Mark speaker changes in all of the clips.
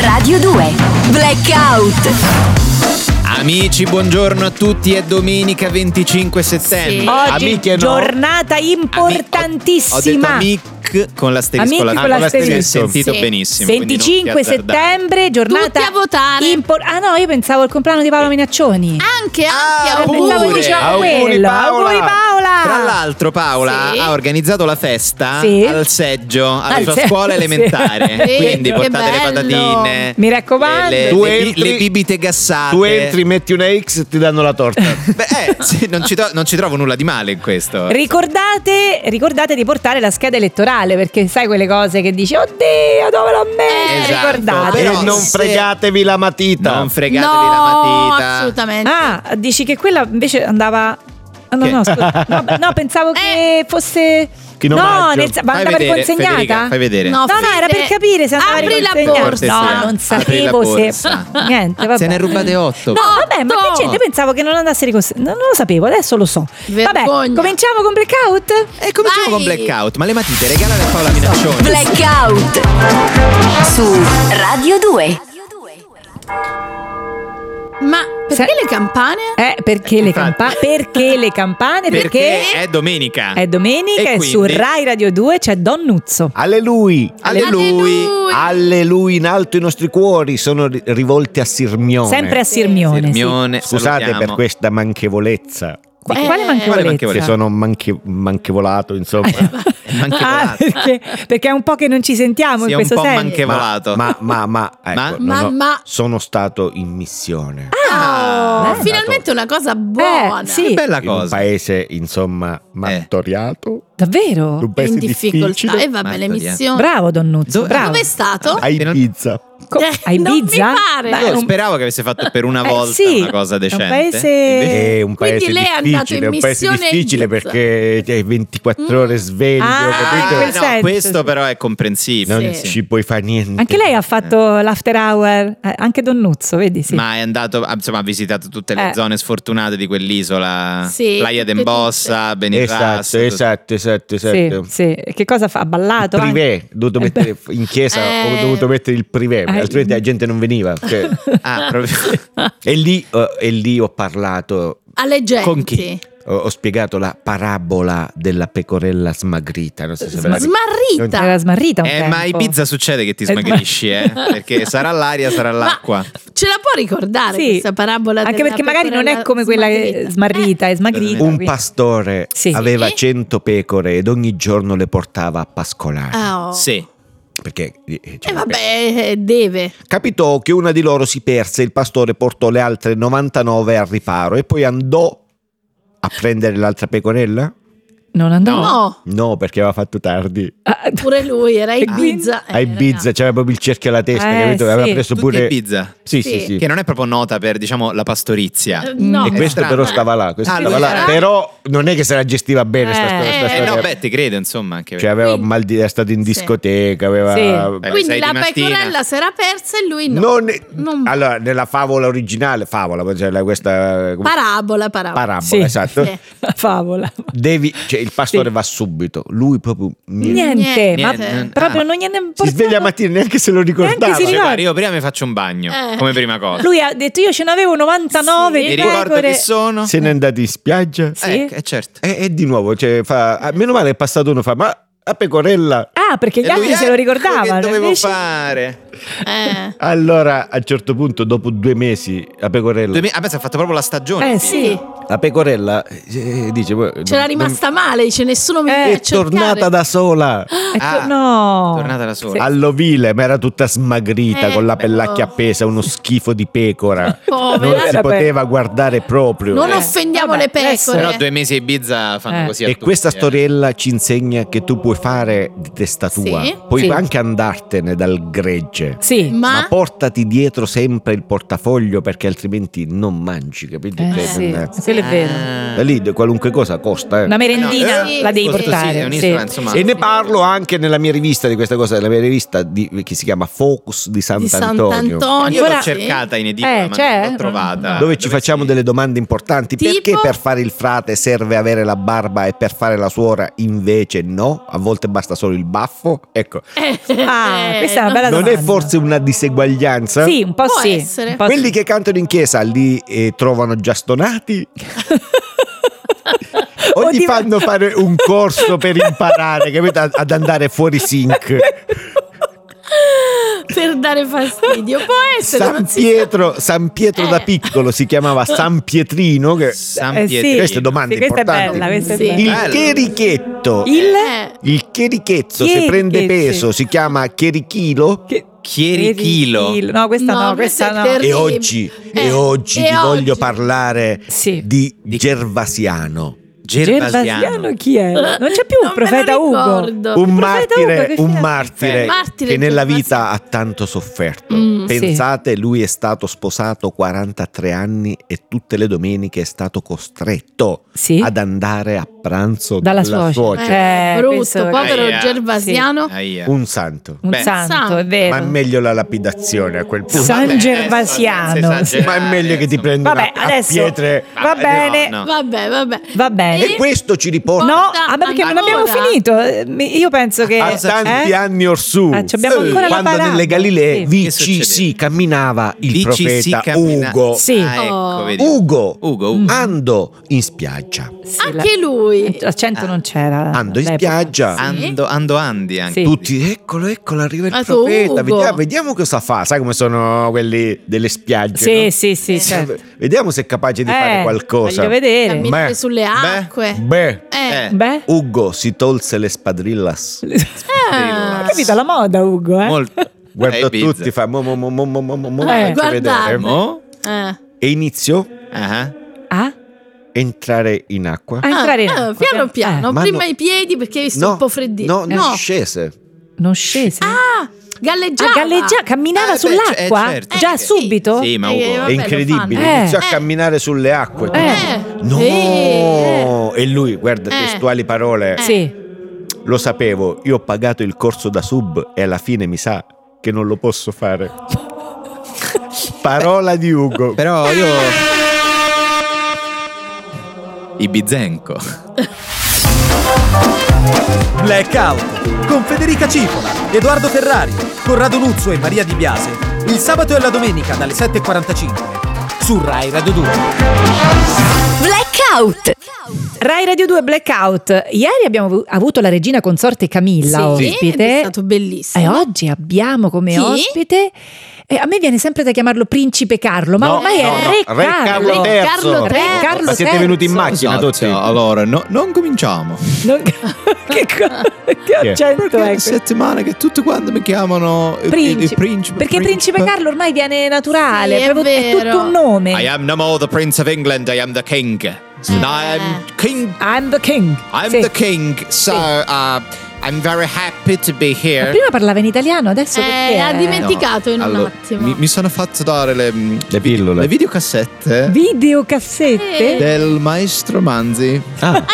Speaker 1: Radio 2 Blackout
Speaker 2: Amici, buongiorno a tutti, è domenica 25 settembre.
Speaker 3: Sì.
Speaker 4: Oggi
Speaker 2: Amiche no.
Speaker 4: giornata
Speaker 2: Ho detto
Speaker 4: importantissima.
Speaker 2: amic con l'asterisco.
Speaker 4: Amic
Speaker 2: la-
Speaker 4: con
Speaker 2: ah,
Speaker 4: l'asterisco.
Speaker 2: Si è sentito
Speaker 3: Sì.
Speaker 2: benissimo. quindi non ti
Speaker 4: 25
Speaker 2: azzardare.
Speaker 4: settembre, giornata
Speaker 3: Tutti a votare.
Speaker 4: impor- ah no, io pensavo al compleanno di
Speaker 2: Eh.
Speaker 4: Paolo Minaccioni.
Speaker 3: Anche, anche
Speaker 2: Ah,
Speaker 3: auguri.
Speaker 4: pensavo
Speaker 2: auguri,
Speaker 4: diceva
Speaker 2: auguri,
Speaker 4: quello.
Speaker 2: Paola.
Speaker 4: Auguri, Paola.
Speaker 2: Tra l'altro Paola
Speaker 3: Sì.
Speaker 2: ha organizzato la festa
Speaker 4: Sì.
Speaker 2: al seggio alla
Speaker 4: Al
Speaker 2: sua
Speaker 4: seggio,
Speaker 2: scuola
Speaker 4: sì.
Speaker 2: elementare.
Speaker 3: Sì,
Speaker 2: Quindi
Speaker 3: che
Speaker 2: portate le
Speaker 3: bello.
Speaker 2: patatine.
Speaker 4: Mi raccomando.
Speaker 2: Le, le-
Speaker 5: Tu
Speaker 2: Eh, le bi-
Speaker 5: entri-
Speaker 2: le bibite gassate.
Speaker 5: Tu entri, metti una X e ti danno la torta.
Speaker 2: Beh, eh, sì, non, ci tro- non ci trovo nulla di male in questo.
Speaker 4: Ricordate, ricordate di portare la scheda elettorale perché sai quelle cose che dici oddio dove l'ho
Speaker 3: Eh.
Speaker 4: messa
Speaker 2: Esatto,
Speaker 4: ricordate
Speaker 2: però
Speaker 5: e non
Speaker 2: se-
Speaker 5: fregatevi la matita.
Speaker 2: Non fregatevi
Speaker 3: No,
Speaker 2: la matita.
Speaker 3: assolutamente.
Speaker 4: ah dici che quella invece andava ah, no
Speaker 2: Che?
Speaker 4: no, scusa. no beh, no, pensavo
Speaker 3: Eh.
Speaker 4: che fosse
Speaker 5: Chi non
Speaker 4: no
Speaker 5: mangia.
Speaker 4: nel... ma
Speaker 2: Fai
Speaker 4: andava
Speaker 2: vedere,
Speaker 4: riconsegnata
Speaker 2: Federica, fai vedere.
Speaker 3: No,
Speaker 4: No, no, era per capire se andava
Speaker 3: Apri la
Speaker 4: riconsegnata.
Speaker 2: borsa.
Speaker 4: No, non
Speaker 2: Apri la
Speaker 4: sapevo se.
Speaker 2: borsa.
Speaker 4: Niente, vabbè.
Speaker 2: Se ne rubate otto.
Speaker 4: No, vabbè, ma che
Speaker 3: Otto!
Speaker 4: c'è? Io pensavo che non andasse riconsegnata. Non lo sapevo, adesso lo so. Vabbè,
Speaker 3: Vergogna.
Speaker 4: cominciamo con Blackout?
Speaker 2: E cominciamo con
Speaker 3: Vai.
Speaker 2: Blackout. Ma le matite regalale a Paola Minaccioni.
Speaker 1: Blackout Su Radio 2
Speaker 3: Ma perché
Speaker 4: Eh. Se-
Speaker 3: le campane?
Speaker 4: Eh, perché le,
Speaker 2: Infatti.
Speaker 4: campa- perché le campane? Perché,
Speaker 2: Perché è domenica.
Speaker 4: è domenica e,
Speaker 2: E
Speaker 4: su
Speaker 2: quindi-
Speaker 4: Rai Radio 2 c'è Don Nuzzo.
Speaker 5: Allelui.
Speaker 2: Alleluia.
Speaker 5: Allelui in alto i nostri cuori sono ri- rivolti a Sirmione.
Speaker 4: Sempre a Sirmione.
Speaker 2: Sirmione,
Speaker 5: Scusate
Speaker 2: salutiamo.
Speaker 5: per questa manchevolezza.
Speaker 4: sì. Qua- Quale
Speaker 3: Eh,
Speaker 4: manchevolezza?
Speaker 2: quale manchevolezza?
Speaker 5: Che sono manche- manchevolato, insomma.
Speaker 4: Ah,
Speaker 2: Manchevolato.
Speaker 4: perché, perché è un po' che non ci sentiamo
Speaker 2: Sì, è
Speaker 4: in
Speaker 2: un
Speaker 4: questo
Speaker 2: po'
Speaker 4: senso.
Speaker 5: ma,
Speaker 2: manchevolato.
Speaker 5: ma, ma, ma, ecco,
Speaker 2: Ma?
Speaker 5: non
Speaker 3: Ma-
Speaker 5: ho-
Speaker 3: ma-
Speaker 5: sono stato in missione.
Speaker 3: Ah,
Speaker 2: Ah,
Speaker 5: eh.
Speaker 3: finalmente una cosa buona.
Speaker 4: Eh, sì.
Speaker 2: che bella
Speaker 5: in un
Speaker 2: cosa. Eh.
Speaker 5: paese, insomma, martoriato.
Speaker 4: Davvero?
Speaker 5: Un
Speaker 3: È
Speaker 5: paese
Speaker 3: Oh, in difficoltà.
Speaker 5: difficile.
Speaker 3: E vabbè, le
Speaker 2: Marco Diaz.
Speaker 3: missioni.
Speaker 4: Bravo Don Nuzzo,
Speaker 2: Dove-
Speaker 4: bravo.
Speaker 3: Dove è stato?
Speaker 5: Hai
Speaker 2: Eh, non-
Speaker 5: pizza.
Speaker 4: Co-
Speaker 3: Eh,
Speaker 4: Ecco, a Ibiza?
Speaker 3: non mi pare.
Speaker 4: Beh,
Speaker 2: Io
Speaker 4: un-
Speaker 2: speravo che avesse fatto per una
Speaker 4: Eh,
Speaker 2: volta
Speaker 4: sì,
Speaker 2: una
Speaker 4: è
Speaker 2: cosa
Speaker 4: un
Speaker 2: decente.
Speaker 4: paese-
Speaker 2: Invece-
Speaker 5: Eh, È un
Speaker 3: Quindi
Speaker 5: paese
Speaker 3: lei è andato
Speaker 5: difficile,
Speaker 3: in
Speaker 5: un paese
Speaker 3: missione in
Speaker 5: difficile
Speaker 3: Ibiza.
Speaker 5: perché eh, hai 24 ore sveglio,
Speaker 4: Ah,
Speaker 5: capito?
Speaker 4: in quel
Speaker 2: Eh, no,
Speaker 4: senso,
Speaker 2: questo
Speaker 4: sì.
Speaker 2: però è comprensibile.
Speaker 5: Non
Speaker 3: Sì.
Speaker 5: ci puoi fare niente.
Speaker 4: Anche lei ha fatto l'after hour, eh, anche Don Nuzzo, vedi? Sì.
Speaker 2: Ma è andato, ah, insomma, ha visitato tutte le
Speaker 4: Eh.
Speaker 2: zone sfortunate di quell'isola.
Speaker 3: Sì,
Speaker 2: Playa
Speaker 3: tutte,
Speaker 2: d'Embossa, Benifasso.
Speaker 5: Esatto, esatto, esatto,
Speaker 4: sì,
Speaker 2: certo.
Speaker 5: esatto.
Speaker 4: sì. Che cosa fa? Ha ballato? anche?
Speaker 5: Privé, ho dovuto
Speaker 4: Eh,
Speaker 5: mettere in chiesa,
Speaker 3: Eh.
Speaker 5: ho dovuto mettere il privé,
Speaker 4: Eh.
Speaker 5: altrimenti la gente non veniva. cioè.
Speaker 2: Ah, proprio.
Speaker 5: e, lì, eh, e lì ho parlato,
Speaker 3: Alle genti.
Speaker 2: Con chi?
Speaker 5: ho, ho spiegato la parabola della pecorella smagrita. Non so se ve la ricordate.
Speaker 3: Smarrita.
Speaker 4: Era smarrita un
Speaker 2: Eh, ma a
Speaker 4: tempo.
Speaker 2: Ibiza succede che ti
Speaker 4: Eh, ma-
Speaker 2: smagrisci, eh? Perché sarà l'aria, sarà
Speaker 3: Ma
Speaker 2: l'acqua.
Speaker 3: Ce la può ricordare
Speaker 4: Sì.
Speaker 3: questa parabola?
Speaker 4: Anche
Speaker 3: della Eh.
Speaker 4: perché magari non è
Speaker 3: pecorella
Speaker 4: come quella che- smarrita, è smagrita.
Speaker 5: Un
Speaker 4: quindi-
Speaker 5: pastore
Speaker 4: Sì.
Speaker 5: aveva
Speaker 3: Sì.
Speaker 5: 100 pecore ed ogni giorno le portava a pascolare.
Speaker 3: Ah, oh.
Speaker 2: Sì.
Speaker 5: Perché eh,
Speaker 3: E
Speaker 5: cioè,
Speaker 3: vabbè, eh, deve.
Speaker 5: Capitò che una di loro si perse, il pastore portò le altre 99 al riparo e poi andò a prendere l'altra pecorella?
Speaker 4: Non andò.
Speaker 3: No,
Speaker 5: No, perché aveva fatto tardi.
Speaker 4: Ah, d-
Speaker 3: pure lui era
Speaker 4: E quindi-
Speaker 3: Ibiza. Eh,
Speaker 5: a Ibiza c'aveva proprio il cerchio alla testa,
Speaker 4: Eh,
Speaker 5: capito?
Speaker 4: sì.
Speaker 5: Aveva preso
Speaker 2: Tutti
Speaker 5: pure...
Speaker 2: Ibiza.
Speaker 5: Sì,
Speaker 3: Sì.
Speaker 5: sì, sì.
Speaker 2: Che non è proprio nota per, diciamo, la pastorizia.
Speaker 3: Eh, no.
Speaker 4: E
Speaker 5: E questo
Speaker 2: strano.
Speaker 5: però stava là, questo
Speaker 2: Ah,
Speaker 5: stava
Speaker 2: lui
Speaker 5: là.
Speaker 2: era-
Speaker 5: Però non è che se la gestiva bene sta,
Speaker 4: Eh,
Speaker 5: sto- sta
Speaker 3: eh,
Speaker 2: Eh,
Speaker 5: storia.
Speaker 2: no, beh, ti credo, insomma. Anche
Speaker 5: Cioè aveva
Speaker 3: Quindi-
Speaker 5: mal di- era stato in discoteca, aveva... Eh,
Speaker 4: Sì.
Speaker 2: Beh,
Speaker 3: Quindi
Speaker 2: sei di
Speaker 3: la
Speaker 2: mattina.
Speaker 3: pecorella si era persa e lui no.
Speaker 5: Non-
Speaker 3: Non-
Speaker 5: Allora, nella favola originale, favola, cioè la- questa... come-
Speaker 3: Parabola, parabola.
Speaker 5: parabola,
Speaker 4: Sì.
Speaker 5: esatto.
Speaker 3: Sì.
Speaker 4: Favola.
Speaker 5: Devi- cioè, il pastore
Speaker 4: Sì.
Speaker 5: va subito, lui proprio... niente.
Speaker 4: Niente, ma
Speaker 3: Eh.
Speaker 2: Niente.
Speaker 4: proprio
Speaker 2: Ah.
Speaker 4: non gliene importa.
Speaker 5: Si sveglia la mattina, neanche se lo ricordava.
Speaker 4: Neanche si
Speaker 2: Cioè,
Speaker 4: ricorda.
Speaker 2: guarda, io prima mi faccio un bagno,
Speaker 3: Eh.
Speaker 2: come prima cosa.
Speaker 4: Lui ha detto io ce n'avevo 99
Speaker 3: Sì.
Speaker 2: Mi
Speaker 4: pecore.
Speaker 2: ricordo che sono.
Speaker 5: Se n'è andato in spiaggia.
Speaker 4: Sì.
Speaker 2: Eh, eh, certo.
Speaker 5: E, e di nuovo, cioè, fa, ah, meno male è passato uno fa, ma la pecorella...
Speaker 4: Ah, perché gli
Speaker 2: E lui,
Speaker 4: altri se lo
Speaker 2: "Ecco
Speaker 4: ricordavano.
Speaker 2: Che dovevo
Speaker 4: invece-
Speaker 2: fare?
Speaker 3: Eh.
Speaker 5: Allora, a un certo punto, dopo due mesi, la pecorella...
Speaker 2: Duemila- Ah, beh, si è fatto proprio la stagione.
Speaker 4: Eh
Speaker 2: quindi.
Speaker 4: sì.
Speaker 5: La pecorella eh, dice... "Beh,
Speaker 3: Ce l'ha
Speaker 5: non-
Speaker 3: rimasta male, dice nessuno mi
Speaker 4: Eh.
Speaker 3: viene
Speaker 5: non-
Speaker 3: a
Speaker 5: È tornata
Speaker 3: cercare.
Speaker 5: da sola
Speaker 3: Eh.
Speaker 4: È
Speaker 2: Ah,
Speaker 4: tor- Ecco, no.
Speaker 2: tornata da sola.
Speaker 5: all'ovile, ma era tutta smagrita
Speaker 3: Eh,
Speaker 5: con la
Speaker 3: però-
Speaker 5: pellacchia appesa, uno schifo di pecora. non
Speaker 3: Povera.
Speaker 5: si
Speaker 4: Vabbè.
Speaker 5: poteva guardare proprio.
Speaker 3: Non
Speaker 4: Eh.
Speaker 3: offendiamo
Speaker 4: Vabbè,
Speaker 3: le
Speaker 4: adesso-
Speaker 3: pecore.
Speaker 2: Però due mesi a Ibiza fanno
Speaker 4: Eh.
Speaker 2: così a
Speaker 5: E
Speaker 2: tutti,
Speaker 5: questa
Speaker 2: eh.
Speaker 5: storiella ci insegna che tu puoi fare di testa tua,
Speaker 3: Sì.
Speaker 5: puoi
Speaker 4: Sì.
Speaker 5: anche andartene dal gregge.
Speaker 4: Sì.
Speaker 5: Ma...
Speaker 3: Ma,
Speaker 5: portati dietro sempre il portafoglio perché altrimenti non mangi, capito?
Speaker 4: Eh,
Speaker 5: Cioè,
Speaker 4: sì.
Speaker 5: non è-
Speaker 4: Quello è
Speaker 2: Eh.
Speaker 4: vero.
Speaker 5: Da lì qualunque cosa costa. eh.
Speaker 4: Una merendina
Speaker 3: Eh,
Speaker 4: la devi
Speaker 3: questo sì,
Speaker 4: portare.
Speaker 2: è un
Speaker 4: sì.
Speaker 2: Instagram, insomma.
Speaker 5: E ne parlo anche nella mia rivista di questa cosa, la mia rivista di- che si chiama Focus di
Speaker 3: di
Speaker 5: Sant'Antonio.
Speaker 3: Sant'Antonio.
Speaker 2: Io
Speaker 4: Ancora-
Speaker 2: l'ho cercata in edicola,
Speaker 4: Eh,
Speaker 2: ma
Speaker 4: c'è?
Speaker 2: non l'ho trovata.
Speaker 5: Dove ci facciamo
Speaker 2: Ah, sì?
Speaker 5: delle domande importanti.
Speaker 3: Tipo?
Speaker 5: Perché per fare il frate serve avere la barba e per fare la suora invece no? A volte basta solo il baffo? Ecco,
Speaker 4: Ah,
Speaker 3: Eh,
Speaker 4: questa è una
Speaker 3: non-
Speaker 4: bella
Speaker 5: non
Speaker 4: domanda.
Speaker 5: è forse una diseguaglianza?
Speaker 4: Sì, un po'
Speaker 3: Può
Speaker 4: sì.
Speaker 3: essere.
Speaker 4: un po'
Speaker 5: Quelli
Speaker 4: sì.
Speaker 5: che cantano in chiesa lì eh, trovano già stonati? o gli
Speaker 4: Oddio.
Speaker 5: fanno fare un corso per imparare, capito? Ad- Ad andare fuori sync.
Speaker 3: per dare fastidio. Può essere.
Speaker 5: San
Speaker 3: non si sa.
Speaker 5: Pietro, San Pietro da
Speaker 3: Eh.
Speaker 5: piccolo si chiamava San Pietrino. Che...
Speaker 2: San
Speaker 4: Eh, sì.
Speaker 2: Pietro.
Speaker 5: Queste domande
Speaker 4: Sì, questa è
Speaker 5: importanti.
Speaker 4: bella, questa è
Speaker 3: Sì.
Speaker 4: bella.
Speaker 5: Il
Speaker 2: Bello.
Speaker 5: cherichetto.
Speaker 4: Il-
Speaker 3: Eh,
Speaker 5: Il cherichezzo, se
Speaker 4: Cherichezzo.
Speaker 5: prende peso, si chiama cherichilo.
Speaker 4: Che-
Speaker 2: Chierichilo.
Speaker 4: Chilo. No, questa no,
Speaker 3: No,
Speaker 4: questa
Speaker 3: questa
Speaker 4: no.
Speaker 3: è terribile.
Speaker 5: E oggi,
Speaker 3: Eh,
Speaker 5: e oggi
Speaker 3: e
Speaker 5: vi voglio
Speaker 3: oggi.
Speaker 5: parlare
Speaker 4: Sì.
Speaker 5: di Gervasiano.
Speaker 4: Gervasiano chi è? Non c'è più un
Speaker 3: Non me lo
Speaker 4: profeta Ugo.
Speaker 3: ricordo.
Speaker 5: Un
Speaker 4: Il profeta Ugo,
Speaker 5: martire,
Speaker 4: che Eh,
Speaker 5: un
Speaker 4: fine-
Speaker 5: martire
Speaker 3: Martire
Speaker 5: che nella
Speaker 3: Gervasio.
Speaker 5: vita ha tanto sofferto.
Speaker 3: Mm,
Speaker 4: sì.
Speaker 5: Pensate, lui è stato sposato 43 anni e tutte le domeniche è stato costretto
Speaker 4: Sì.
Speaker 5: ad andare a pranzo
Speaker 4: Dalla
Speaker 5: dalla,
Speaker 4: suocera.
Speaker 5: suocera.
Speaker 4: Eh,
Speaker 3: brutto,
Speaker 4: questo-
Speaker 3: povero
Speaker 2: Aia.
Speaker 3: Gervasiano.
Speaker 2: Aia.
Speaker 5: Un santo.
Speaker 4: Eh. Un
Speaker 2: Beh,
Speaker 4: santo,
Speaker 3: santo.
Speaker 4: è vero.
Speaker 5: Ma è meglio la lapidazione a quel punto.
Speaker 4: San
Speaker 2: Vabbè,
Speaker 4: Gervasiano.
Speaker 2: adesso, senza
Speaker 5: Ma è
Speaker 2: esagerare,
Speaker 5: meglio che ti
Speaker 2: insomma.
Speaker 5: prendano
Speaker 4: Vabbè,
Speaker 5: a, a
Speaker 4: adesso-
Speaker 5: pietre.
Speaker 4: Va bene.
Speaker 2: no, no.
Speaker 3: Vabbè, vabbè.
Speaker 4: Va bene.
Speaker 5: E questo ci riporta
Speaker 4: No,
Speaker 3: Porta
Speaker 4: ah, beh, perché non abbiamo
Speaker 3: ancora.
Speaker 4: finito. Eh, mi- Io penso che
Speaker 5: a Ah, tanti
Speaker 4: eh?
Speaker 5: anni orsù.
Speaker 4: Ah, ci abbiamo ancora la
Speaker 5: quando
Speaker 4: parabola.
Speaker 5: nelle Galilee
Speaker 4: Sì.
Speaker 2: Che succede?
Speaker 5: VCC camminava il
Speaker 2: Lì ci si
Speaker 5: profeta
Speaker 2: cammina-
Speaker 5: Ugo.
Speaker 4: Sì.
Speaker 2: Ah, ecco,
Speaker 3: Oh.
Speaker 2: vedi.
Speaker 5: Ugo,
Speaker 2: Ugo, Ugo.
Speaker 5: andò in spiaggia.
Speaker 4: Sì,
Speaker 3: Anche lui.
Speaker 4: la- Eh, l'accento non c'era.
Speaker 5: Andò in
Speaker 4: all'epoca.
Speaker 5: spiaggia.
Speaker 2: Ando, ando Andi anche.
Speaker 4: Sì.
Speaker 5: Tutti, eccolo, eccolo, arriva il
Speaker 3: Ah, tu,
Speaker 5: profeta.
Speaker 3: Ugo.
Speaker 5: Vediamo, vediamo cosa fa. Sai come sono quelli delle spiagge? no?
Speaker 4: Sì, sì, sì, certo.
Speaker 5: Vediamo se è capace di fare
Speaker 4: Eh,
Speaker 5: qualcosa.
Speaker 4: Voglio vedere.
Speaker 5: Cammino.
Speaker 3: Camminare
Speaker 5: Beh,
Speaker 3: sulle acque.
Speaker 5: Beh,
Speaker 3: Eh.
Speaker 2: Eh.
Speaker 4: Beh,
Speaker 5: Ugo si tolse le spadrillas.
Speaker 4: ha capito la moda, Ugo. Eh?
Speaker 2: Molto.
Speaker 5: Guardò
Speaker 2: Eh, Ibiza.
Speaker 5: tutti, fa mo mo mo mo mo mo mo mo,
Speaker 4: Eh,
Speaker 5: faccio
Speaker 3: guardate.
Speaker 5: vedere.
Speaker 2: Mo?
Speaker 3: eh.
Speaker 5: E iniziò
Speaker 2: Ah.
Speaker 4: Ah?
Speaker 5: a entrare in acqua.
Speaker 4: Ah, entrare in
Speaker 3: Ah,
Speaker 4: acqua.
Speaker 3: piano piano,
Speaker 5: Eh, ma
Speaker 3: prima
Speaker 5: no-
Speaker 3: i piedi perché hai visto un po' freddino.
Speaker 5: No, non scese.
Speaker 4: Eh, non scese.
Speaker 3: Ah, galleggiava.
Speaker 4: Ah, galleggia, camminava
Speaker 2: Ah, beh,
Speaker 4: sull'acqua?
Speaker 2: c- eh, certo.
Speaker 4: Già
Speaker 2: Eh, sì.
Speaker 4: subito?
Speaker 2: Sì, ma
Speaker 3: Eh,
Speaker 2: Ugo.
Speaker 5: È
Speaker 3: vabbè, lo
Speaker 5: incredibile.
Speaker 4: fanno.
Speaker 5: Iniziò
Speaker 4: Eh.
Speaker 5: a camminare sulle acque.
Speaker 4: Eh.
Speaker 5: No!
Speaker 3: Eh.
Speaker 5: E lui, guarda,
Speaker 3: Eh.
Speaker 5: testuali parole.
Speaker 4: Sì.
Speaker 5: Lo sapevo, io ho pagato il corso da sub e alla fine mi sa che non lo posso fare. Parola di Ugo.
Speaker 2: Però io... Ibizenco.
Speaker 6: Blackout con Federica Cipola, Edoardo Ferrari, Corrado Nuzzo e Maria Di Biase il sabato e la domenica dalle 7.45 su Rai Radio 2.
Speaker 1: Blackout.
Speaker 4: Rai Radio 2 Blackout. Ieri abbiamo avu- avuto la regina consorte Camilla
Speaker 3: Sì, ed
Speaker 4: ospite.
Speaker 3: è stato bellissimo.
Speaker 4: E oggi abbiamo come
Speaker 3: Chi?
Speaker 4: ospite. eh, a me viene sempre da chiamarlo Principe Carlo, ma
Speaker 5: No,
Speaker 4: ormai
Speaker 5: no,
Speaker 4: è
Speaker 5: no,
Speaker 4: Re
Speaker 5: Re
Speaker 4: Carlo.
Speaker 5: Carlo
Speaker 3: Re Carlo
Speaker 5: III.
Speaker 3: III.
Speaker 4: Carlo
Speaker 5: Ma siete
Speaker 4: III.
Speaker 5: venuti in macchina
Speaker 2: Esatto,
Speaker 5: tutti?
Speaker 2: Allora, no- non cominciamo.
Speaker 4: Non- che, co- che
Speaker 5: Chi è?
Speaker 4: accento
Speaker 2: Perché
Speaker 4: è
Speaker 2: è
Speaker 4: questo?
Speaker 2: settimana che tutti quanti mi chiamano il- il- il
Speaker 4: Principe.
Speaker 2: principe.
Speaker 4: Perché Principe Carlo ormai viene naturale,
Speaker 3: Sì,
Speaker 4: è,
Speaker 3: è
Speaker 4: proprio- è
Speaker 3: vero.
Speaker 4: tutto un nome.
Speaker 2: I am no more the Prince of England, I am the King. And I'm King.
Speaker 4: I'm the king.
Speaker 2: I'm
Speaker 4: Eh. Sì.
Speaker 2: the King, so uh, I'm very happy to be here.
Speaker 4: Prima parlava in italiano, adesso
Speaker 3: Eh,
Speaker 4: perché?
Speaker 3: ha
Speaker 4: è-
Speaker 2: No,
Speaker 3: dimenticato. dimenticato in un
Speaker 2: allora,
Speaker 3: attimo.
Speaker 2: Mi, mi sono fatto dare le, mm,
Speaker 5: Le pillole.
Speaker 2: le videocassette
Speaker 4: Videocassette?
Speaker 2: del maestro Manzi.
Speaker 5: Ah,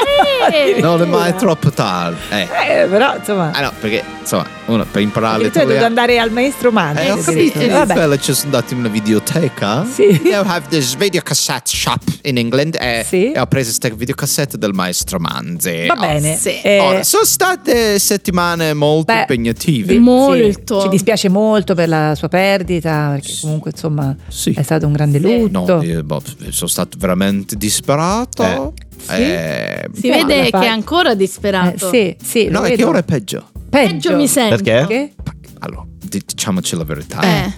Speaker 3: Eh,
Speaker 2: No, le- ma è troppo tardi. Eh.
Speaker 4: Eh, però insomma,
Speaker 2: Ah no, perché insomma, uno per imparare
Speaker 4: perché tu hai dovuto
Speaker 2: l'italiano.
Speaker 4: andare al maestro Manzi.
Speaker 2: Eh, ho
Speaker 4: sì,
Speaker 2: capito,
Speaker 4: sì,
Speaker 2: io
Speaker 4: vabbè.
Speaker 2: bello, ci sono andato in una videoteca.
Speaker 4: Sì.
Speaker 2: Io have this videocassette shop in England eh,
Speaker 4: Sì.
Speaker 2: e ho preso queste videocassette del maestro Manzi.
Speaker 4: Va
Speaker 2: Oh,
Speaker 4: bene.
Speaker 3: sì.
Speaker 4: Eh,
Speaker 2: Ora, sono state settimane molto
Speaker 4: Beh,
Speaker 2: impegnative.
Speaker 4: sì,
Speaker 3: Molto.
Speaker 4: Ci dispiace molto per la sua perdita, perché comunque insomma
Speaker 2: Sì.
Speaker 4: è stato un grande lutto.
Speaker 2: No, io, boh, sono stato veramente disperato.
Speaker 4: Sì?
Speaker 2: Eh,
Speaker 3: si
Speaker 4: Ma-
Speaker 3: vede
Speaker 4: Ma-
Speaker 3: che è ancora
Speaker 4: Eh,
Speaker 3: disperato.
Speaker 4: sì, sì,
Speaker 2: no,
Speaker 4: lo
Speaker 2: è che
Speaker 4: vedo.
Speaker 2: ora è peggio. Eh?
Speaker 3: Peggio mi sento.
Speaker 5: Perché?
Speaker 4: Che?
Speaker 2: Allora, di- diciamoci la verità.
Speaker 3: Eh.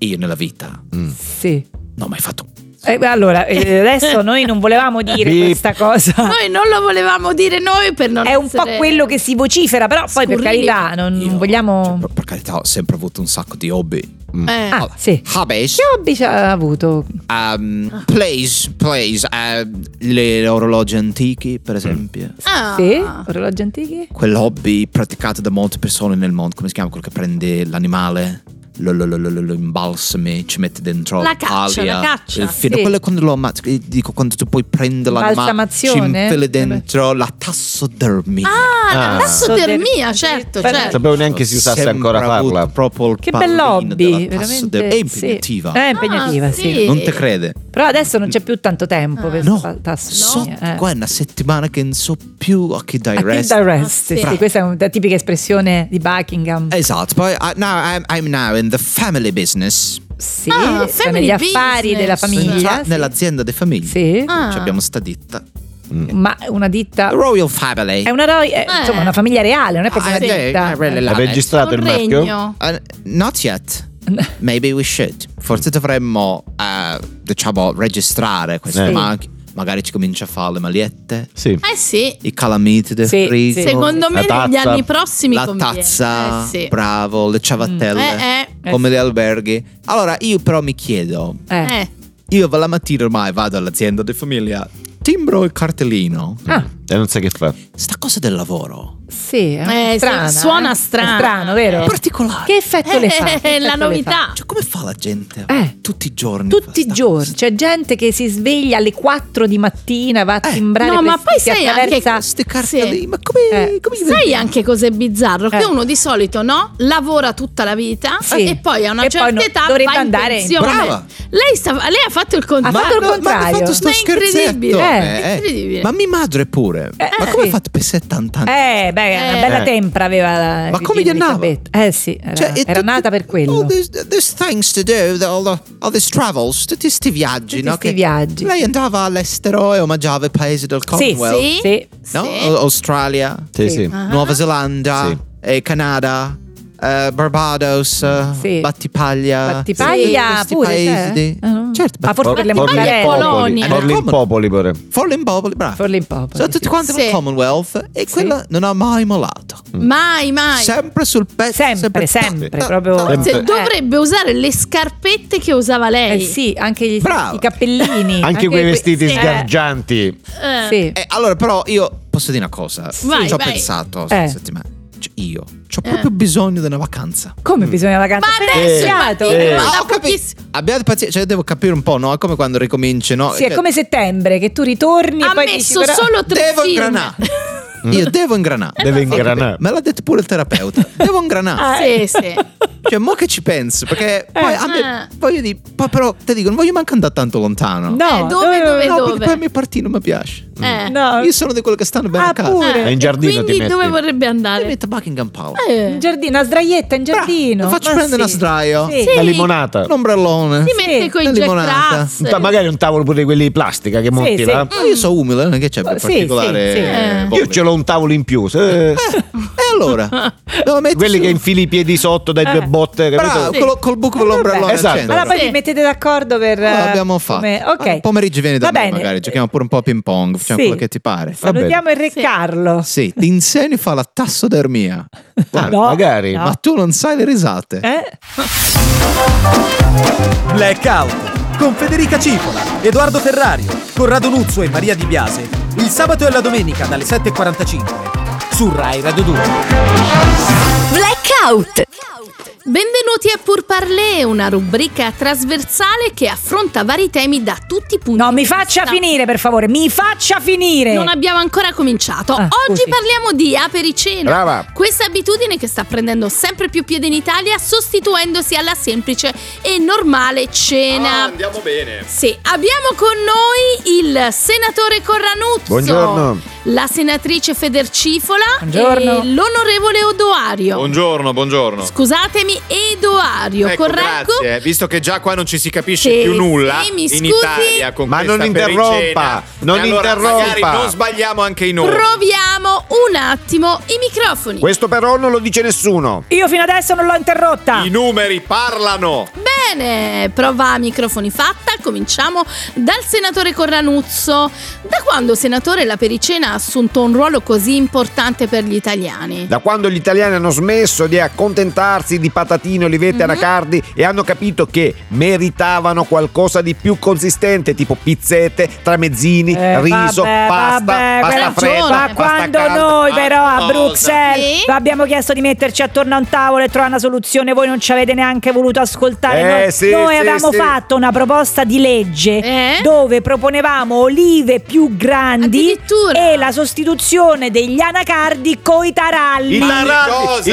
Speaker 2: Io nella vita
Speaker 4: Mm. Sì.
Speaker 2: non ho mai fatto un
Speaker 4: Eh, beh, allora, eh, adesso noi non volevamo dire
Speaker 5: Bip.
Speaker 4: questa cosa.
Speaker 3: Noi non lo volevamo dire noi per non
Speaker 4: È un po'
Speaker 3: essere-
Speaker 4: quello che si vocifera, però poi per
Speaker 3: Scurrili.
Speaker 4: carità non non
Speaker 2: Io, cioè,
Speaker 4: Mm, vogliamo...
Speaker 2: per, per carità, ho sempre avuto un sacco di hobby.
Speaker 3: Eh.
Speaker 4: Ah, sì.
Speaker 2: Hobbies?
Speaker 4: Che hobby ci ha avuto?
Speaker 2: Um, please, please. ehm, le orologi antichi,
Speaker 5: Mm.
Speaker 2: per esempio.
Speaker 3: Ah.
Speaker 4: Sì, orologi antichi?
Speaker 2: Quell'hobby praticato da molte persone nel mondo. Come si chiama? Quello che prende l'animale, lo, lo, lo, lo, lo- lo imbalsami, ci mette dentro
Speaker 3: La caccia,
Speaker 2: paglia,
Speaker 3: la caccia,
Speaker 2: il filo.
Speaker 4: sì.
Speaker 2: Quello è quando lo ammazzi. eh, Dico, quando tu puoi prendere l'animale, ci
Speaker 4: Balsamazione?
Speaker 2: infili dentro la tassodermia.
Speaker 3: Ah, la
Speaker 5: Ah.
Speaker 3: tassodermia, certo,
Speaker 4: Beh,
Speaker 3: certo.
Speaker 5: sapevo neanche si usasse
Speaker 2: Sempre
Speaker 5: ancora
Speaker 2: avuto
Speaker 5: farla.
Speaker 2: Proprio il
Speaker 4: Che
Speaker 2: pallino
Speaker 4: bell'hobby,
Speaker 2: della tassodermia.
Speaker 4: veramente.
Speaker 2: È impegnativa.
Speaker 4: Sì. È impegnativa,
Speaker 3: Ah,
Speaker 4: sì.
Speaker 3: sì.
Speaker 2: Non te crede.
Speaker 4: Però adesso non c'è più tanto tempo per
Speaker 2: No,
Speaker 4: sta- tasso-
Speaker 2: so,
Speaker 4: eh.
Speaker 2: qua è una settimana che non so più a chi dai
Speaker 4: A chi
Speaker 2: rest.
Speaker 4: dà rest?
Speaker 3: Ah, sì. Eh,
Speaker 4: Sì, questa è una tipica espressione di Buckingham.
Speaker 2: Esatto, poi ah, now I'm, I'm now in the family business,
Speaker 4: sì,
Speaker 3: Ah,
Speaker 4: sono
Speaker 3: family
Speaker 4: negli affari
Speaker 3: business.
Speaker 4: della
Speaker 2: Sono
Speaker 4: famiglia.
Speaker 2: entra-
Speaker 4: Sì.
Speaker 2: nell'azienda dei famigli.
Speaker 4: Sì.
Speaker 3: Ah.
Speaker 2: Ci abbiamo sta ditta.
Speaker 4: ma una ditta
Speaker 2: The Royal Family.
Speaker 4: è una roi- è,
Speaker 3: Eh.
Speaker 4: insomma, una famiglia reale, non è proprio
Speaker 2: Ah,
Speaker 4: una
Speaker 2: sì.
Speaker 4: ditta.
Speaker 2: Ah, really
Speaker 5: Ha
Speaker 2: like-
Speaker 5: registrato il
Speaker 3: Un
Speaker 5: marchio?
Speaker 3: regno.
Speaker 2: Uh, not yet. Maybe we should. Forse dovremmo, eh, diciamo, registrare queste
Speaker 5: Sì.
Speaker 2: macchine. Magari ci comincia a fare le magliette,
Speaker 5: Sì.
Speaker 3: Eh sì.
Speaker 2: i calamiti del
Speaker 4: Sì,
Speaker 2: frigo,
Speaker 4: sì.
Speaker 3: Secondo me
Speaker 5: La
Speaker 3: negli
Speaker 5: tazza.
Speaker 3: anni prossimi
Speaker 2: la
Speaker 3: conviene.
Speaker 2: tazza,
Speaker 3: Eh sì.
Speaker 2: bravo, le ciabattelle,
Speaker 3: Eh,
Speaker 4: eh.
Speaker 2: come
Speaker 4: Eh,
Speaker 2: gli alberghi. Allora io però mi chiedo,
Speaker 4: Eh.
Speaker 3: Eh.
Speaker 2: io la mattina ormai vado all'azienda di famiglia, timbro il cartellino,
Speaker 4: Ah,
Speaker 5: E non sai che fa.
Speaker 2: sta cosa del lavoro,
Speaker 4: sì, è
Speaker 3: Eh, sì,
Speaker 4: strana,
Speaker 3: suona
Speaker 4: eh?
Speaker 3: strana.
Speaker 4: È strano, vero?
Speaker 2: è particolare.
Speaker 4: Eh. Che effetto le fa? Che
Speaker 3: Eh,
Speaker 4: effetto
Speaker 3: la
Speaker 4: le fa?
Speaker 3: novità.
Speaker 2: Cioè come fa la gente
Speaker 4: Eh.
Speaker 2: tutti i giorni?
Speaker 4: Tutti i
Speaker 2: Sta-
Speaker 4: giorni c'è gente che si sveglia alle 4 di mattina, va a
Speaker 2: Eh.
Speaker 4: timbrare
Speaker 3: No, ma
Speaker 4: questi,
Speaker 3: poi sai anche
Speaker 4: attraversa-
Speaker 2: Queste cartellini,
Speaker 3: Sì.
Speaker 2: ma come...
Speaker 4: Eh.
Speaker 2: come si
Speaker 3: Sai
Speaker 2: vede?
Speaker 3: anche cos'è bizzarro? Che
Speaker 4: Eh.
Speaker 3: uno di solito no, lavora tutta la vita
Speaker 4: Sì.
Speaker 3: e poi a una
Speaker 4: E poi
Speaker 3: certa
Speaker 4: no-
Speaker 3: età
Speaker 4: dovrebbe
Speaker 3: va in
Speaker 4: andare in-
Speaker 3: pensione. Eh,
Speaker 2: Brava.
Speaker 3: Lei, sta- lei ha fatto il
Speaker 4: Ha
Speaker 3: contrario.
Speaker 4: fatto il
Speaker 2: ma hanno
Speaker 4: contrario.
Speaker 2: fatto sto
Speaker 3: Ma è
Speaker 2: scherzetto.
Speaker 3: incredibile.
Speaker 4: Eh,
Speaker 2: Eh, eh.
Speaker 3: incredibile.
Speaker 2: Ma mia madre pure.
Speaker 4: Eh,
Speaker 2: ma come ha
Speaker 4: sì.
Speaker 2: fatto per 70 anni?
Speaker 4: Eh, beh, una bella
Speaker 5: Eh.
Speaker 4: tempra aveva la
Speaker 2: Ma come
Speaker 4: Regina
Speaker 2: gli andava?
Speaker 4: Elisabetta. Eh sì, era,
Speaker 2: Cioè, e
Speaker 4: era
Speaker 2: tutti-
Speaker 4: nata per quello.
Speaker 2: All these, these things to do, the- all, the- all these travels, tutti questi viaggi,
Speaker 4: Tutti
Speaker 2: no?
Speaker 4: sti
Speaker 2: Che
Speaker 4: viaggi.
Speaker 2: Lei andava all'estero e omaggiava i paesi del
Speaker 4: Sì,
Speaker 2: Commonwealth.
Speaker 4: sì, sì.
Speaker 2: No?
Speaker 3: Sì.
Speaker 2: Au- Australia,
Speaker 5: Sì,
Speaker 4: Sì.
Speaker 5: sì.
Speaker 3: Ah.
Speaker 2: Nuova Zelanda,
Speaker 5: Sì.
Speaker 2: eh, Canada, eh, Barbados, eh,
Speaker 4: Sì.
Speaker 2: Battipaglia.
Speaker 4: Battipaglia
Speaker 2: Tutti questi
Speaker 4: pure,
Speaker 2: paesi
Speaker 4: cioè?
Speaker 2: di-
Speaker 4: Ah, no.
Speaker 2: Certo,
Speaker 4: Ah, forse per le
Speaker 5: Forlì
Speaker 3: montagne.
Speaker 5: Popoli.
Speaker 3: Colonia.
Speaker 5: Forlì in
Speaker 2: Come-
Speaker 5: Popoli pure.
Speaker 2: Forlin Popoli, bravo.
Speaker 4: Forlì Popoli,
Speaker 2: Sono tutti
Speaker 4: sì.
Speaker 2: quanti
Speaker 3: Sì.
Speaker 2: nel Commonwealth e quella non ha mai mollato.
Speaker 3: Mai, mai.
Speaker 2: eh, Sempre sul pezzo.
Speaker 4: Sempre, sempre, proprio.
Speaker 5: Sempre.
Speaker 3: Se dovrebbe usare le scarpette che usava
Speaker 4: Eh, eh
Speaker 3: lei.
Speaker 4: sì, anche gli,
Speaker 2: Brava.
Speaker 4: i cappellini.
Speaker 5: Anche, quei
Speaker 4: que-
Speaker 5: vestiti
Speaker 4: sì.
Speaker 5: sgargianti.
Speaker 3: Eh,
Speaker 4: Eh, sì.
Speaker 2: Eh, allora, però, io posso dire una cosa.
Speaker 3: Vai,
Speaker 2: ci ho
Speaker 3: vai.
Speaker 2: pensato
Speaker 4: Eh.
Speaker 2: questa settimana. Cioè, io ho proprio bisogno di una vacanza.
Speaker 4: Come bisogna la cantare?
Speaker 3: Ma adesso,
Speaker 5: Eh,
Speaker 3: ma
Speaker 4: Sfiato.
Speaker 5: eh.
Speaker 3: dillo,
Speaker 5: Ma
Speaker 3: da
Speaker 2: Ah, ho capi-
Speaker 3: pochissimo.
Speaker 2: Abbiate pazienza, cioè devo capire un po', no? È come quando ricominci, no?
Speaker 4: Sì, è
Speaker 2: Cioè,
Speaker 4: come settembre che tu ritorni
Speaker 3: Ha
Speaker 4: e poi
Speaker 3: messo
Speaker 4: dici, però-
Speaker 3: solo tre
Speaker 2: Devo
Speaker 3: firme.
Speaker 2: ingranare. Io devo ingranare.
Speaker 5: Deve ingranare.
Speaker 2: Me l'ha detto pure il terapeuta. Devo ingranare.
Speaker 4: Ah,
Speaker 3: Sì, sì.
Speaker 2: Cioè, mo che ci penso? Perché poi a me
Speaker 3: Eh.
Speaker 2: voglio dire, poi però ti dico, non voglio manco andare tanto lontano.
Speaker 4: No,
Speaker 3: Eh, dove, dove,
Speaker 2: No,
Speaker 3: dove?
Speaker 2: perché poi a me partino mi piace.
Speaker 3: Eh.
Speaker 4: No.
Speaker 2: Io sono di quello che stanno bene
Speaker 4: Ah,
Speaker 2: a casa.
Speaker 4: pure.
Speaker 3: Eh,
Speaker 5: È Mm. in giardino ti
Speaker 3: Quindi
Speaker 5: metti.
Speaker 3: dove vorrebbe
Speaker 2: Mi
Speaker 3: andare?
Speaker 2: metto Buckingham Palace.
Speaker 3: Eh.
Speaker 4: In giardino, una sdraietta in giardino.
Speaker 2: Lo faccio
Speaker 4: Ma
Speaker 2: prendere una
Speaker 4: sì.
Speaker 2: sdraio.
Speaker 4: Sì.
Speaker 5: La limonata.
Speaker 2: Un ombrellone.
Speaker 3: Si mette
Speaker 4: Sì,
Speaker 3: con i
Speaker 2: la
Speaker 3: jet
Speaker 2: limonata.
Speaker 3: crass.
Speaker 5: Ta- Magari un tavolo pure di quelli di plastica che monti
Speaker 4: sì. Mm.
Speaker 5: là.
Speaker 2: Ma Ah, io sono umile, non è che c'è per
Speaker 4: Oh, Sì,
Speaker 2: particolare.
Speaker 4: sì, sì.
Speaker 2: eh, voglia. Eh,
Speaker 5: Io ce l'ho un tavolo in più.
Speaker 4: Eh,
Speaker 5: se-
Speaker 2: E allora? Devo mettere
Speaker 5: Quelli
Speaker 2: su-
Speaker 5: che infili i piedi sotto dai due botte,
Speaker 2: Bravo,
Speaker 5: capito?
Speaker 2: col, col buco
Speaker 4: Eh, vabbè.
Speaker 2: dell'ombrellone
Speaker 5: Esatto.
Speaker 2: al centro.
Speaker 4: Allora poi
Speaker 3: Sì.
Speaker 4: vi mettete d'accordo per...
Speaker 2: Allora,
Speaker 4: eh,
Speaker 2: Oh, l'abbiamo fatto.
Speaker 4: come-
Speaker 2: Allora,
Speaker 4: Ok.
Speaker 2: pomeriggio vieni da
Speaker 4: Va
Speaker 2: me
Speaker 4: bene.
Speaker 2: magari, giochiamo pure un po' a ping pong, facciamo
Speaker 4: Sì.
Speaker 2: quello che ti pare. Va bene.
Speaker 4: Salutiamo il re
Speaker 3: Sì.
Speaker 4: Carlo.
Speaker 2: Sì, ti insegno a fare la tassodermia. Guarda,
Speaker 4: No,
Speaker 5: magari.
Speaker 4: no.
Speaker 2: Ah, Ma tu non sai le risate.
Speaker 4: Eh?
Speaker 6: Blackout con Federica Cipola, Edoardo Ferrario, Corrado Nuzzo e Maria Di Biase il sabato e la domenica dalle 7.45 su Rai Radio 2.
Speaker 1: Blackout.
Speaker 3: Benvenuti a Pur Parlé, una rubrica trasversale che affronta vari temi da tutti i punti
Speaker 4: No, mi
Speaker 3: di
Speaker 4: faccia
Speaker 3: vista.
Speaker 4: finire, per favore, mi faccia finire.
Speaker 3: Non abbiamo ancora cominciato.
Speaker 4: Eh. Ah,
Speaker 3: Oggi
Speaker 4: scusi.
Speaker 3: parliamo di apericena.
Speaker 5: Brava.
Speaker 3: Questa abitudine che sta prendendo sempre più piede in Italia, sostituendosi alla semplice e normale
Speaker 7: Ah,
Speaker 3: cena. andiamo bene. Sì, abbiamo con noi il senatore Corranuzzo.
Speaker 5: Buongiorno.
Speaker 3: La senatrice Federcifola.
Speaker 4: Buongiorno.
Speaker 3: E l'onorevole Odoario.
Speaker 7: Buongiorno, buongiorno.
Speaker 3: Scusatemi, Edoario,
Speaker 7: Ecco,
Speaker 3: correggo?
Speaker 7: grazie, eh, visto che già qua non ci si capisce
Speaker 3: Sì,
Speaker 7: più nulla
Speaker 3: sì, mi
Speaker 7: in
Speaker 3: scusi.
Speaker 7: Italia con
Speaker 5: Ma
Speaker 7: questa
Speaker 5: non interrompa,
Speaker 7: pericena,
Speaker 5: non
Speaker 7: e allora
Speaker 5: interrompa.
Speaker 7: magari non sbagliamo anche noi.
Speaker 3: Proviamo un attimo i microfoni.
Speaker 5: Questo però non lo dice nessuno.
Speaker 4: Io fino adesso non l'ho interrotta.
Speaker 7: I numeri parlano.
Speaker 3: Bene, prova a microfoni fatta, cominciamo dal senatore Corranuzzo. Da quando, senatore, la pericena ha assunto un ruolo così importante per gli italiani?
Speaker 5: Da quando gli italiani hanno smesso di accontentarsi di patatine, olivette,
Speaker 3: Mhm.
Speaker 5: anacardi e hanno capito che meritavano qualcosa di più consistente, tipo pizzette, tramezzini,
Speaker 4: Eh,
Speaker 5: riso,
Speaker 4: vabbè,
Speaker 5: pasta,
Speaker 4: vabbè,
Speaker 5: pasta
Speaker 3: ragione.
Speaker 5: fredda,
Speaker 4: Ma
Speaker 5: pasta
Speaker 4: quando
Speaker 5: calda.
Speaker 4: noi
Speaker 7: Ah,
Speaker 4: però a
Speaker 7: cosa?
Speaker 4: Bruxelles
Speaker 3: Sì?
Speaker 4: abbiamo chiesto di metterci attorno a un tavolo e trovare una soluzione, voi non ci avete neanche voluto ascoltare.
Speaker 5: Eh,
Speaker 4: noi
Speaker 5: sì,
Speaker 4: noi
Speaker 5: sì,
Speaker 4: avevamo
Speaker 5: sì.
Speaker 4: fatto una proposta di legge
Speaker 3: Eh?
Speaker 4: dove proponevamo olive più grandi
Speaker 3: Addirittura.
Speaker 4: e la sostituzione degli anacardi coi taralli.
Speaker 5: I
Speaker 7: Ma di
Speaker 5: taralli,
Speaker 7: cosa?
Speaker 5: i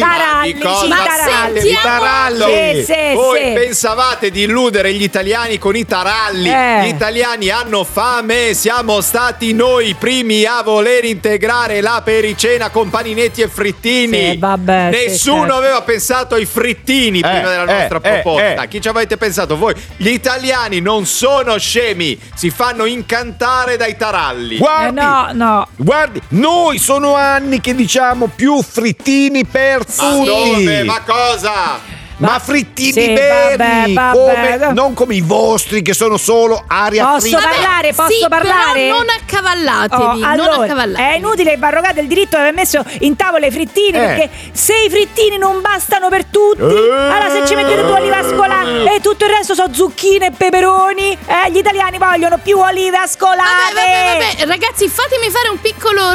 Speaker 4: taralli,
Speaker 7: Ma di cosa
Speaker 4: sì,
Speaker 3: Ma
Speaker 4: taralli.
Speaker 3: sentiamo-
Speaker 4: Sì, sì,
Speaker 7: Voi
Speaker 4: sì.
Speaker 7: pensavate di illudere gli italiani con i taralli.
Speaker 4: Eh.
Speaker 7: Gli italiani hanno fame, siamo stati noi i primi a voler integrare la pericena con paninetti e frittini.
Speaker 4: Sì, vabbè, sì,
Speaker 7: Nessuno
Speaker 4: certo.
Speaker 7: aveva pensato ai frittini prima della
Speaker 5: eh,
Speaker 7: nostra
Speaker 5: eh,
Speaker 7: proposta.
Speaker 5: eh.
Speaker 7: Chi ci avete pensato voi? Gli italiani non sono scemi, si fanno incantare dai taralli.
Speaker 4: Eh,
Speaker 5: Guardi,
Speaker 4: no, no.
Speaker 5: guardi, noi sono anni che diciamo più frittini per
Speaker 7: Ma
Speaker 5: tutti.
Speaker 7: dove? Ma cosa?
Speaker 5: Ma frittini
Speaker 4: Sì,
Speaker 5: veri,
Speaker 4: vabbè, vabbè.
Speaker 5: come- non come i vostri che sono solo aria
Speaker 4: Posso
Speaker 5: fritta.
Speaker 4: parlare? posso
Speaker 3: sì,
Speaker 4: parlare?
Speaker 3: Però non accavallatevi,
Speaker 4: Oh,
Speaker 3: non
Speaker 4: allora,
Speaker 3: accavallatevi.
Speaker 4: è inutile che Barrocate il diritto di aver messo in tavola i frittini
Speaker 5: Eh.
Speaker 4: perché se i frittini non bastano per tutti, allora se ci mettete due olive a scolare
Speaker 5: Eh.
Speaker 4: e tutto il resto sono zucchine e peperoni, eh, gli italiani vogliono più olive a scolare.
Speaker 3: Vabbè, vabbè, vabbè, ragazzi, fatemi fare un piccolo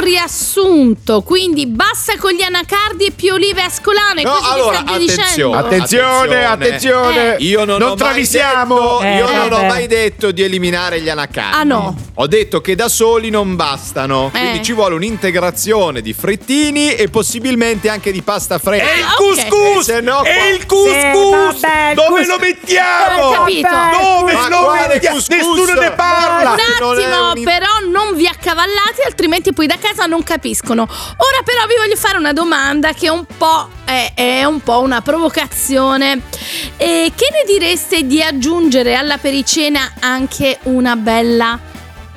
Speaker 3: riassunto. Quindi basta con gli anacardi e più olive ascolane.
Speaker 7: No,
Speaker 3: così che
Speaker 7: allora,
Speaker 3: state dicendo.
Speaker 7: attenzione.
Speaker 5: Attenzione, attenzione.
Speaker 3: Eh.
Speaker 7: Io non, ho mai
Speaker 5: travisiamo.
Speaker 7: detto- io
Speaker 4: Eh,
Speaker 7: non
Speaker 4: vabbè.
Speaker 7: ho mai detto di eliminare gli anacardi.
Speaker 3: Ah, no.
Speaker 7: Ho detto che da soli non bastano.
Speaker 3: Eh.
Speaker 7: Quindi ci vuole un'integrazione di frittini e possibilmente anche di pasta fresca.
Speaker 3: E il Ah, ok.
Speaker 5: Couscous!
Speaker 7: E se no, qua-
Speaker 5: E il couscous!
Speaker 4: Sì, vabbè, il
Speaker 5: Dove
Speaker 4: cous-
Speaker 5: lo
Speaker 3: Eh,
Speaker 5: mettiamo?
Speaker 3: ho capito.
Speaker 5: Dove
Speaker 7: Ma
Speaker 5: lo
Speaker 7: quale
Speaker 5: mettiamo?
Speaker 7: couscous?
Speaker 5: Nessuno ne parla!
Speaker 7: Ah,
Speaker 3: Un
Speaker 7: non è
Speaker 3: attimo,
Speaker 7: un-
Speaker 3: però non vi accavallate, altrimenti poi da casa non capiscono. Ora, però, vi voglio fare una domanda che è un po', è, è un po' una provocazione. E che ne direste di aggiungere alla pericena anche una bella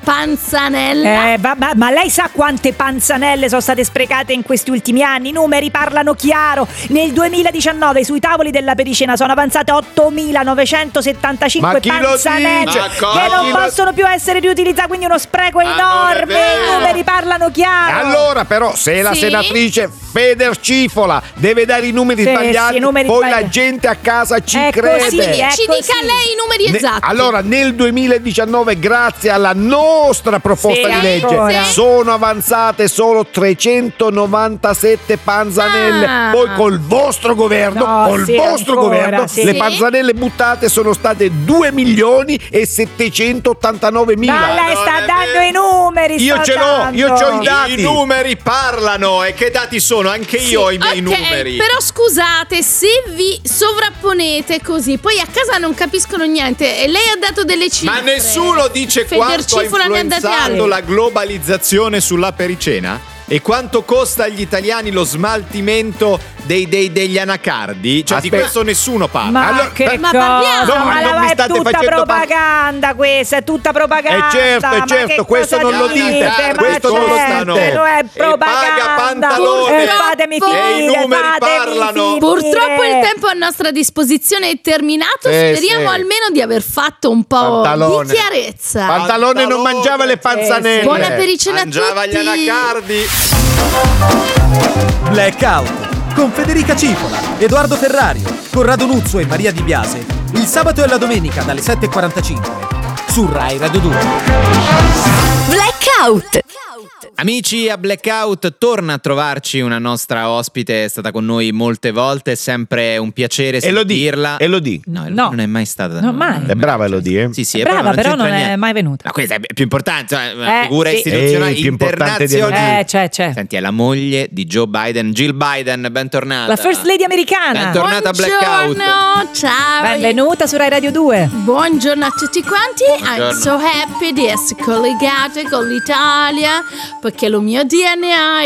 Speaker 3: panzanella?
Speaker 4: Eh, vabbè, ma lei sa quante panzanelle sono state sprecate in questi ultimi anni? I numeri parlano chiaro. Nel 2019 sui tavoli della pericena sono avanzate 8.975
Speaker 5: Ma chi lo
Speaker 4: panzanelle
Speaker 5: dice?
Speaker 7: Ma
Speaker 4: che
Speaker 7: cosa?
Speaker 4: non possono più essere riutilizzate, quindi uno
Speaker 5: Ah,
Speaker 4: spreco
Speaker 7: non è
Speaker 4: enorme. I
Speaker 7: vero.
Speaker 4: numeri parlano chiaro.
Speaker 5: Allora, però, se la
Speaker 3: Sì?
Speaker 5: senatrice Federcifola deve dare i numeri
Speaker 4: Sì,
Speaker 5: sbagliati,
Speaker 4: sì, i numeri
Speaker 5: poi la
Speaker 4: sbagliati.
Speaker 5: gente a casa ci
Speaker 4: È
Speaker 5: crede.
Speaker 4: così,
Speaker 3: Quindi
Speaker 4: eh,
Speaker 3: ci
Speaker 4: così.
Speaker 3: dica lei i numeri
Speaker 5: Ne-
Speaker 4: esatto.
Speaker 3: esatti.
Speaker 5: allora, nel 2019, grazie alla nostra proposta
Speaker 4: Sì,
Speaker 5: di legge,
Speaker 4: ancora.
Speaker 5: sono avanzate solo 397 panzanelle.
Speaker 3: Ah.
Speaker 5: Poi col vostro governo,
Speaker 4: No,
Speaker 5: col
Speaker 4: sì,
Speaker 5: vostro
Speaker 4: ancora,
Speaker 5: governo,
Speaker 4: sì.
Speaker 5: le
Speaker 3: Sì.
Speaker 5: panzanelle buttate sono state 2 milioni e 789
Speaker 4: ma
Speaker 5: mila.
Speaker 4: lei sta
Speaker 7: non è
Speaker 4: dando
Speaker 7: vero.
Speaker 4: i numeri.
Speaker 5: Io
Speaker 4: sta
Speaker 5: ce l'ho,
Speaker 4: dando.
Speaker 5: io ce l'ho i dati.
Speaker 7: I numeri parlano e che dati sono? Anche io ho i miei
Speaker 3: Ok,
Speaker 7: numeri.
Speaker 3: Però scusate, se vi sovrapponete così, poi a casa non capiscono niente. E lei ha dato delle cifre.
Speaker 7: Ma nessuno dice quanto ha
Speaker 3: Federcifola ne ha date
Speaker 7: influenzato
Speaker 3: altre.
Speaker 7: la globalizzazione sulla pericena? E quanto costa agli italiani lo smaltimento dei- dei- degli anacardi? Cioè,
Speaker 5: Aspetta.
Speaker 7: di questo nessuno
Speaker 2: Ah,
Speaker 7: parla.
Speaker 4: Ma
Speaker 5: Allora,
Speaker 4: che
Speaker 3: ma
Speaker 4: cosa?
Speaker 3: parliamo.
Speaker 5: No,
Speaker 4: ma
Speaker 5: non
Speaker 4: la-
Speaker 5: mi
Speaker 4: è
Speaker 5: state
Speaker 4: tutta
Speaker 5: facendo
Speaker 4: propaganda questa, è tutta propaganda.
Speaker 5: Eh certo, eh
Speaker 4: ma
Speaker 5: certo,
Speaker 4: che
Speaker 5: questo
Speaker 4: cosa
Speaker 5: non lo dite,
Speaker 4: ma
Speaker 5: questo
Speaker 7: non lo
Speaker 4: certo,
Speaker 7: dite.
Speaker 4: no, è
Speaker 7: E
Speaker 4: propaganda.
Speaker 7: paga pantalone.
Speaker 4: Eh, fatemi
Speaker 3: E i
Speaker 4: finire,
Speaker 7: numeri
Speaker 4: fatemi
Speaker 7: parlano.
Speaker 4: finire.
Speaker 3: Purtroppo il tempo a nostra disposizione è terminato.
Speaker 5: Eh,
Speaker 3: Speriamo
Speaker 5: sì.
Speaker 3: almeno di aver fatto un po'
Speaker 5: Pantalone.
Speaker 3: di chiarezza.
Speaker 5: Pantalone non mangiava le panzanelle.
Speaker 3: Buona pericena
Speaker 7: Mangiava
Speaker 3: a
Speaker 7: gli
Speaker 3: tutti.
Speaker 7: anacardi.
Speaker 6: Blackout con Federica Cipola, Edoardo Ferrario, Corrado Nuzzo e Maria Di Biase il sabato e la domenica dalle 7.45 su Rai Radio 2.
Speaker 1: Blackout.
Speaker 2: Amici a Blackout, torna a trovarci una nostra ospite, è stata con noi molte volte, è sempre un piacere
Speaker 5: E lo di,
Speaker 2: sentirla.
Speaker 5: e lo di.
Speaker 2: No,
Speaker 4: No.
Speaker 2: non è mai stata.
Speaker 4: No, mai.
Speaker 2: non
Speaker 5: È brava Elodie, eh?
Speaker 2: Sì, sì,
Speaker 4: È
Speaker 2: è
Speaker 4: brava,
Speaker 2: brava,
Speaker 4: però
Speaker 2: c'entra
Speaker 4: non è
Speaker 2: niente.
Speaker 4: mai venuta.
Speaker 2: Ma questa è più importante, cioè, una
Speaker 4: Eh,
Speaker 2: figura
Speaker 4: sì.
Speaker 2: istituzionale
Speaker 5: Eh, più importante di
Speaker 2: internazionale.
Speaker 4: Eh, cioè, cioè.
Speaker 2: Senti, è la moglie di Joe Biden, Jill Biden, bentornata.
Speaker 4: La first lady americana.
Speaker 2: Bentornata. Tornata a Blackout.
Speaker 3: Buongiorno, ciao.
Speaker 4: Benvenuta su Rai Radio 2.
Speaker 3: Buongiorno a tutti quanti, I'm
Speaker 2: Buongiorno.
Speaker 3: so happy di essere collegate con l'Italia perché lo mio DNA è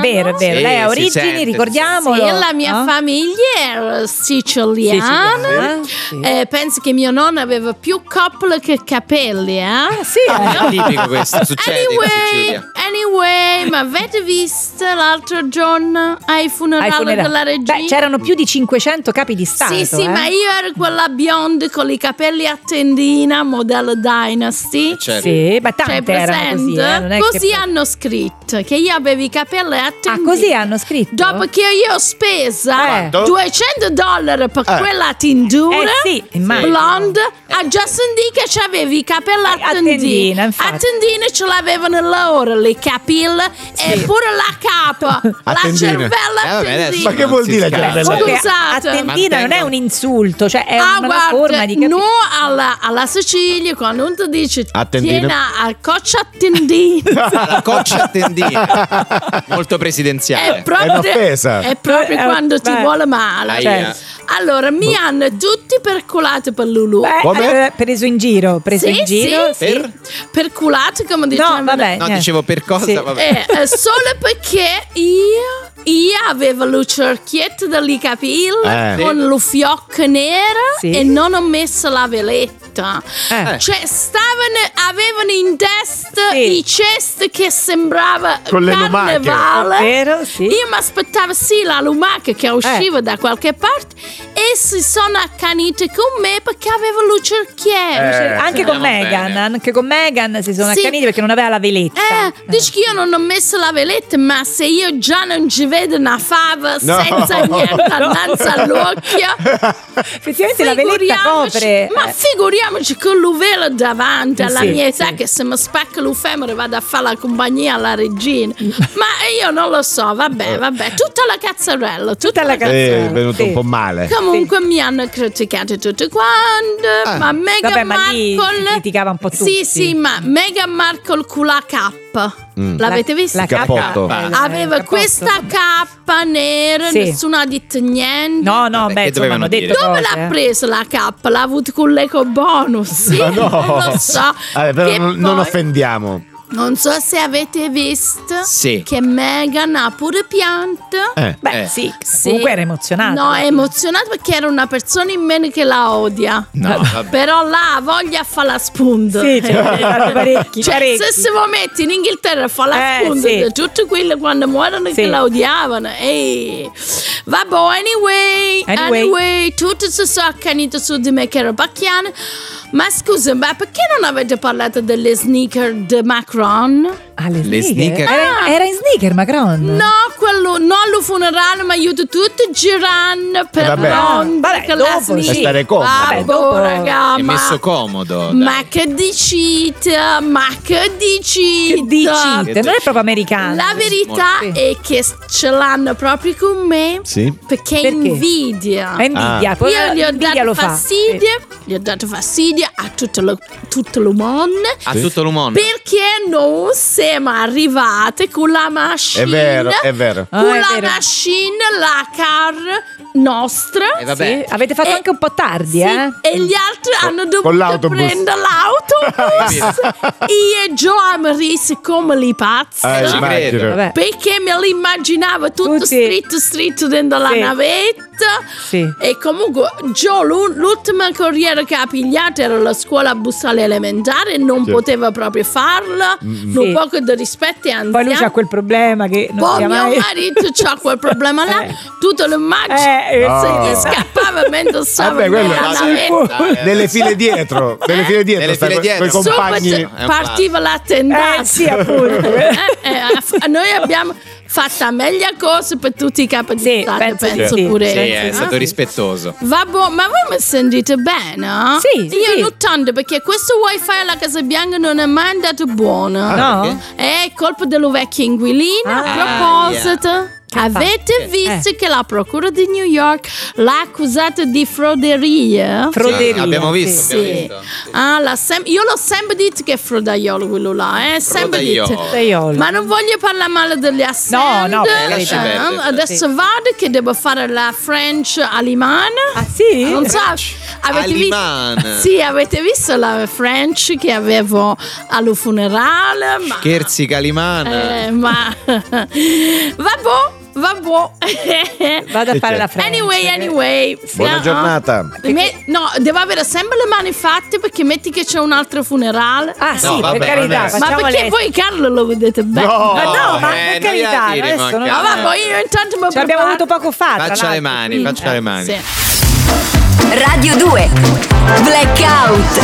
Speaker 4: È vero, è vero.
Speaker 2: Sì,
Speaker 4: lei ha
Speaker 2: si
Speaker 4: origini,
Speaker 2: sente, si
Speaker 3: Sì,
Speaker 4: ricordiamolo.
Speaker 3: la mia
Speaker 4: no?
Speaker 3: famiglia è siciliana.
Speaker 4: Siciliana, sì.
Speaker 3: Eh, penso che mio nonno aveva più couple che capelli, eh?
Speaker 4: Sì, eh.
Speaker 2: È tipico questo, succede in
Speaker 3: Anyway,
Speaker 2: Sicilia.
Speaker 3: anyway, ma avete visto l'altro giorno ai
Speaker 4: Ai
Speaker 3: funerali,
Speaker 4: funerali.
Speaker 3: della regina?
Speaker 4: Beh, c'erano più di 500 capi di Stato.
Speaker 3: Sì, sì,
Speaker 4: eh.
Speaker 3: ma io ero quella bionda con i capelli a tendina, modello Dynasty.
Speaker 2: Certo.
Speaker 4: Sì, ma
Speaker 3: Cioè,
Speaker 4: tante erano
Speaker 3: presente?
Speaker 4: così. eh, non è che-
Speaker 3: hanno hanno scritto che io avevo i capelli a
Speaker 4: Ah,
Speaker 3: tendina.
Speaker 4: così hanno scritto? Cioè,
Speaker 3: Dopo che io ho speso
Speaker 4: Eh.
Speaker 3: 200 dollari per
Speaker 7: Eh.
Speaker 3: quella tintura
Speaker 4: Eh sì, immagino. Eh.
Speaker 3: blonde a Justin D che avevi i capelli a
Speaker 4: A
Speaker 3: tendina.
Speaker 4: tendina, infatti.
Speaker 3: a tendina ce l'avevano loro le capille e pure la capa, la
Speaker 7: tendina.
Speaker 3: cervella
Speaker 7: Eh,
Speaker 3: a
Speaker 7: vabbè, adesso
Speaker 3: tendina.
Speaker 7: non
Speaker 5: che vuol
Speaker 7: si
Speaker 5: dire
Speaker 7: scherza.
Speaker 5: cervello?
Speaker 4: Comunque,
Speaker 3: Scusate.
Speaker 4: a- attendina non è un insulto, cioè è
Speaker 3: Ah,
Speaker 4: una
Speaker 3: guarda,
Speaker 4: forma di
Speaker 3: no
Speaker 4: capire.
Speaker 3: alla, alla Sicilia quando uno ti dice
Speaker 5: Attendino.
Speaker 3: tiena a coccia a tendina
Speaker 4: Esatto.
Speaker 2: La coccia a tendina. Molto presidenziale.
Speaker 3: è proprio,
Speaker 5: un'offesa.
Speaker 3: è proprio
Speaker 4: Eh,
Speaker 3: quando ti
Speaker 4: beh.
Speaker 3: vuole male
Speaker 2: Aia.
Speaker 3: allora mi hanno tutti percolato per Lulu
Speaker 4: Beh,
Speaker 5: Come?
Speaker 4: allora, preso in giro, preso
Speaker 3: sì,
Speaker 4: in giro.
Speaker 3: sì,
Speaker 4: sì.
Speaker 3: sì. percolato come diciamo
Speaker 4: No, vabbè.
Speaker 2: No,
Speaker 4: niente.
Speaker 2: dicevo per cosa?
Speaker 4: Sì.
Speaker 2: Vabbè.
Speaker 3: Eh, eh, solo perché io, io avevo lo cerchietto degli capelli
Speaker 5: Eh.
Speaker 3: con lo fiocco nero
Speaker 4: Sì.
Speaker 3: e non ho messo la veletta.
Speaker 4: Eh.
Speaker 3: Cioè, stavano, avevano in testa
Speaker 4: Sì.
Speaker 3: i cesti che sembrava
Speaker 7: Con le lumache.
Speaker 3: carnevale.
Speaker 4: Vero, sì. Eh.
Speaker 3: Io mi aspettavo sì la lumaca che usciva da qualche parte e si sono accanite con me perché avevo lo cerchietto.
Speaker 4: Cioè, anche con
Speaker 2: Eh, Andiamo
Speaker 4: Megan,
Speaker 2: bene.
Speaker 4: anche con Megan si sono
Speaker 3: Sì.
Speaker 4: accaniti perché non aveva la veletta.
Speaker 3: Eh, dici che io non ho messo la veletta, ma se io già non ci vedo una fava
Speaker 7: No.
Speaker 3: senza niente innanzi all'occhio,
Speaker 4: Effettivamente la veletta
Speaker 3: figuriamoci-
Speaker 4: copre.
Speaker 3: Ma
Speaker 4: eh,
Speaker 3: figuriamoci con l'uvelo davanti alla
Speaker 4: Sì,
Speaker 3: mia età,
Speaker 4: sì.
Speaker 3: che se mi spacca il femore vado a fare la compagnia alla regina.
Speaker 4: Mm.
Speaker 3: ma io non lo so, vabbè, vabbè, tutta la cazzarella, tutta,
Speaker 4: tutta la canzone.
Speaker 5: È venuto
Speaker 4: sì.
Speaker 5: un po' male.
Speaker 3: Comunque mi hanno criticato tutti quanti,
Speaker 5: Ah.
Speaker 3: ma Mega
Speaker 4: Vabbè, ma lì
Speaker 3: Markle
Speaker 4: si criticava un po' tutti. Mm.
Speaker 3: Sì, sì, ma Mega Markle con la K.
Speaker 5: Mm.
Speaker 3: L'avete vista?
Speaker 4: La
Speaker 5: Il cappotto.
Speaker 4: cacca. Eh, il
Speaker 3: Aveva
Speaker 4: cappotto.
Speaker 3: questa cappa nera,
Speaker 4: Sì.
Speaker 3: nessuno ha detto niente.
Speaker 4: No, no,
Speaker 2: che
Speaker 4: beh, insomma,
Speaker 2: dovevano
Speaker 4: hanno detto
Speaker 2: dire?
Speaker 3: Dove
Speaker 4: cose,
Speaker 3: l'ha
Speaker 4: eh.
Speaker 3: presa la cappa? L'ha avuta con l'eco bonus? Sì, non lo so.
Speaker 5: Vabbè, Eh, però
Speaker 3: Che
Speaker 5: non, non
Speaker 3: poi-
Speaker 5: offendiamo.
Speaker 3: non so se avete visto
Speaker 2: Sì.
Speaker 3: che Megan ha pure pianto.
Speaker 5: Eh.
Speaker 4: Beh,
Speaker 2: Eh.
Speaker 4: sì,
Speaker 3: Sì.
Speaker 4: comunque era emozionata.
Speaker 3: No, è emozionata perché era una persona in meno che la odia.
Speaker 2: No, vabbè.
Speaker 3: Però là ha voglia a fare la spunta.
Speaker 4: Sì, cioè, erano parecchi,
Speaker 3: Cioè,
Speaker 4: parecchi.
Speaker 3: se si momenti in Inghilterra fa la
Speaker 4: Eh,
Speaker 3: spunta
Speaker 4: sì.
Speaker 3: di tutti quelli quando muoiono
Speaker 4: Sì.
Speaker 3: che la odiavano. Ehi. Vabbè, anyway,
Speaker 4: Anyway.
Speaker 3: anyway, tutti si sono accaniti su di me che ero pacchiana. Ma scusa, ma perché non avete parlato delle sneaker di Macron?
Speaker 4: Ah, le,
Speaker 2: Le
Speaker 4: sneaker.
Speaker 2: sneaker.
Speaker 4: Era, era in sneaker Macron.
Speaker 3: No, quello non lo funerale, ma aiuto tutti girano per
Speaker 5: Vabbè.
Speaker 3: Londra
Speaker 4: Vabbè,
Speaker 3: con
Speaker 4: dopo,
Speaker 3: la
Speaker 4: sì.
Speaker 3: sneaker.
Speaker 5: Per stare comodo.
Speaker 3: Vabbè,
Speaker 4: dopo-
Speaker 3: dopo, raga,
Speaker 2: È
Speaker 3: ma,
Speaker 2: messo comodo. dai.
Speaker 3: ma che dicite? Ma che dicite?
Speaker 4: Che dici? Non è proprio americano.
Speaker 3: La verità
Speaker 4: Sì.
Speaker 3: è che ce l'hanno proprio con me
Speaker 5: Sì.
Speaker 3: perché,
Speaker 4: Perché?
Speaker 3: invidia.
Speaker 4: È invidia.
Speaker 2: Ah.
Speaker 4: Poi
Speaker 3: Io gli ho
Speaker 4: l'invidia
Speaker 3: dato
Speaker 4: lo fa.
Speaker 3: fastidio, gli ho dato fastidio a tutto lo, tutto lo mondo
Speaker 2: A tutto l'umone.
Speaker 3: perché non siamo arrivate con la machine
Speaker 5: È vero, è vero.
Speaker 4: Ah,
Speaker 3: con
Speaker 4: è
Speaker 3: la
Speaker 4: vero.
Speaker 3: machine la car nostra
Speaker 2: Eh,
Speaker 4: Sì.
Speaker 2: vabbè.
Speaker 4: Avete fatto
Speaker 3: Eh,
Speaker 4: anche un po' tardi,
Speaker 3: Sì,
Speaker 4: eh?
Speaker 3: e gli altri hanno
Speaker 5: con
Speaker 3: dovuto
Speaker 5: l'autobus.
Speaker 3: prendere l'autobus io e Joe hanno riso come li pazzi
Speaker 5: Eh,
Speaker 2: Ci credo.
Speaker 5: immagino.
Speaker 4: Vabbè,
Speaker 3: perché me li immaginavo tutto
Speaker 4: Tutti.
Speaker 3: stretto stretto dentro la
Speaker 4: Sì.
Speaker 3: navetta
Speaker 4: Sì.
Speaker 3: e comunque Joe l'u- l'ultima corriera che ha pigliato era la scuola a Bussale Elementare non
Speaker 5: Sì.
Speaker 3: poteva proprio farla un
Speaker 4: Sì.
Speaker 3: poco di rispetto e anzi
Speaker 4: Poi lui c'ha quel problema che non
Speaker 3: Poi
Speaker 4: sia
Speaker 3: mio
Speaker 4: mai...
Speaker 3: marito c'ha quel problema là,
Speaker 4: Eh.
Speaker 3: tutto l'immagine
Speaker 4: Eh, eh,
Speaker 3: se
Speaker 5: Ah.
Speaker 3: gli scappava mentre stava
Speaker 5: Vabbè, quello-
Speaker 3: nella
Speaker 5: Sì,
Speaker 3: navetta.
Speaker 5: Nelle file dietro, nelle file dietro,
Speaker 2: Nelle
Speaker 5: stai
Speaker 2: file
Speaker 5: coi- coi
Speaker 2: dietro.
Speaker 5: compagni.
Speaker 3: Subito
Speaker 2: è un
Speaker 3: partiva la tendata.
Speaker 4: Eh, sì, appunto.
Speaker 3: Eh, eh, a- a- noi abbiamo fatto meglio cose per tutti i capi
Speaker 4: Sì,
Speaker 3: di Stato,
Speaker 4: penso
Speaker 3: penso,
Speaker 4: di sì.
Speaker 3: pure.
Speaker 2: Sì, è
Speaker 3: Ah.
Speaker 2: stato rispettoso.
Speaker 3: Vabbè, ma voi mi sentite bene?
Speaker 4: Sì, sì,
Speaker 3: Io
Speaker 4: sì.
Speaker 3: lottando perché questo wifi alla Casa Bianca non è mai andato buono.
Speaker 4: No?
Speaker 2: perché?
Speaker 3: È colpa dello vecchio inquilino.
Speaker 4: Ah.
Speaker 3: A proposito, avete
Speaker 2: fatto?
Speaker 3: visto
Speaker 4: Eh.
Speaker 3: che la Procura di New York l'ha accusato di froderia?
Speaker 4: Froderia.
Speaker 2: Sì, abbiamo Cioè, visto.
Speaker 4: sì.
Speaker 2: abbiamo
Speaker 3: Sì.
Speaker 2: visto.
Speaker 3: Ah, l'ha sem- io l'ho sempre detto che è frodaiolo quello là, eh? Sempre
Speaker 2: Frodaiolo.
Speaker 3: detto.
Speaker 4: Frodeaiolo.
Speaker 3: Ma non voglio parlare male degli assenti.
Speaker 4: No, no, per
Speaker 2: carità.
Speaker 3: eh, adesso vado che devo fare la French alimana.
Speaker 4: Ah sì?
Speaker 3: Non so, avete
Speaker 2: Alimana.
Speaker 3: visto? Sì, avete visto la French che avevo allo funerale? Ma,
Speaker 2: Scherzi Calimana.
Speaker 3: eh, ma vabbò, vabbò.
Speaker 4: Vado a fare la
Speaker 2: certo.
Speaker 4: frase.
Speaker 3: anyway, anyway.
Speaker 5: Buona
Speaker 3: No.
Speaker 5: giornata.
Speaker 3: Me- no, devo avere sempre le mani fatte perché metti che c'è un altro funerale.
Speaker 4: Ah sì,
Speaker 2: vabbè,
Speaker 4: per carità,
Speaker 2: vabbè.
Speaker 4: facciamo
Speaker 3: ma perché
Speaker 4: le-
Speaker 3: voi Carlo lo vedete bene?
Speaker 4: Ma no, ma
Speaker 2: Eh,
Speaker 4: per
Speaker 2: noi
Speaker 4: carità,
Speaker 2: la diremo
Speaker 4: adesso non...
Speaker 2: anche
Speaker 3: Ma
Speaker 2: a-
Speaker 4: Ci
Speaker 3: vabbè, io intanto mi
Speaker 4: abbiamo
Speaker 3: preparo.
Speaker 4: avuto poco fa, tra
Speaker 2: Faccia le
Speaker 4: l'altro,
Speaker 2: mani,
Speaker 4: quindi,
Speaker 2: faccia le mani.
Speaker 3: Sì.
Speaker 1: Radio 2 Blackout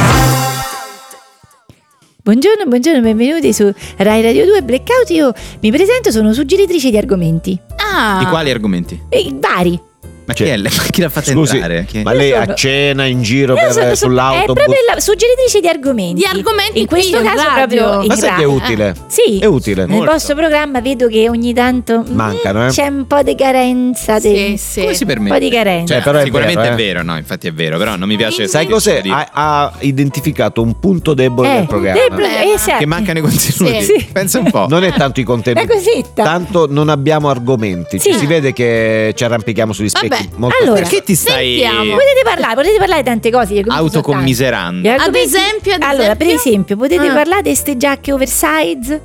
Speaker 4: Buongiorno, buongiorno, benvenuti su Rai Radio 2 Blackout. Io mi presento, sono suggeritrice di argomenti.
Speaker 3: Ah,
Speaker 2: Di quali argomenti?
Speaker 3: Eh,
Speaker 4: E vari.
Speaker 2: Ma chi, è, le- ma chi l'ha fatta
Speaker 5: Cioè, Scusi,
Speaker 2: entrare? Chi è?
Speaker 5: ma lei
Speaker 4: Io
Speaker 5: a
Speaker 4: sono-
Speaker 5: cena in giro
Speaker 4: Io
Speaker 5: per,
Speaker 2: eh,
Speaker 4: sono- È
Speaker 5: sull'autobus?
Speaker 4: proprio la suggeritrice di argomenti.
Speaker 3: Di argomenti
Speaker 4: In
Speaker 3: qui
Speaker 4: questo
Speaker 3: in
Speaker 4: caso
Speaker 6: esatto.
Speaker 3: radio.
Speaker 4: proprio in
Speaker 5: Ma sai che è
Speaker 4: radio.
Speaker 5: utile?
Speaker 4: eh, Sì.
Speaker 5: È utile.
Speaker 4: Nel
Speaker 2: Molto.
Speaker 4: vostro programma vedo che ogni tanto mm,
Speaker 5: Mancano, eh.
Speaker 4: c'è un po' di carenza.
Speaker 3: sì,
Speaker 4: de-
Speaker 3: sì.
Speaker 2: Come si permette?
Speaker 4: Eh, Un po' di carenza.
Speaker 5: Cioè, però è
Speaker 2: Sicuramente
Speaker 5: vero,
Speaker 2: è
Speaker 5: eh.
Speaker 2: vero, no, infatti è vero, però non mi piace. Ah,
Speaker 5: Sai cos'è?
Speaker 4: certo.
Speaker 5: Ha, ha identificato un punto debole
Speaker 4: Eh,
Speaker 5: del programma.
Speaker 4: del pro-
Speaker 3: Che
Speaker 4: esatto.
Speaker 2: Che mancano i contenuti.
Speaker 4: Sì.
Speaker 2: Pensa un po'.
Speaker 5: Non è tanto i
Speaker 4: Una
Speaker 5: contenuti.
Speaker 4: cosetta.
Speaker 5: Tanto non abbiamo argomenti.
Speaker 4: Sì.
Speaker 5: Si vede che ci arrampichiamo sugli specchi.
Speaker 3: Vabbè,
Speaker 5: Molto
Speaker 4: allora,
Speaker 5: spesso.
Speaker 2: Perché ti stai
Speaker 3: Sentiamo.
Speaker 4: Potete parlare, potete parlare di tante cose. gli argomenti sono tanti.
Speaker 2: autocommiserando?
Speaker 4: Gli argomenti-
Speaker 3: Ad esempio, ad
Speaker 4: allora, per
Speaker 3: esempio?
Speaker 4: esempio, potete
Speaker 3: Ah.
Speaker 4: parlare di queste giacche oversize?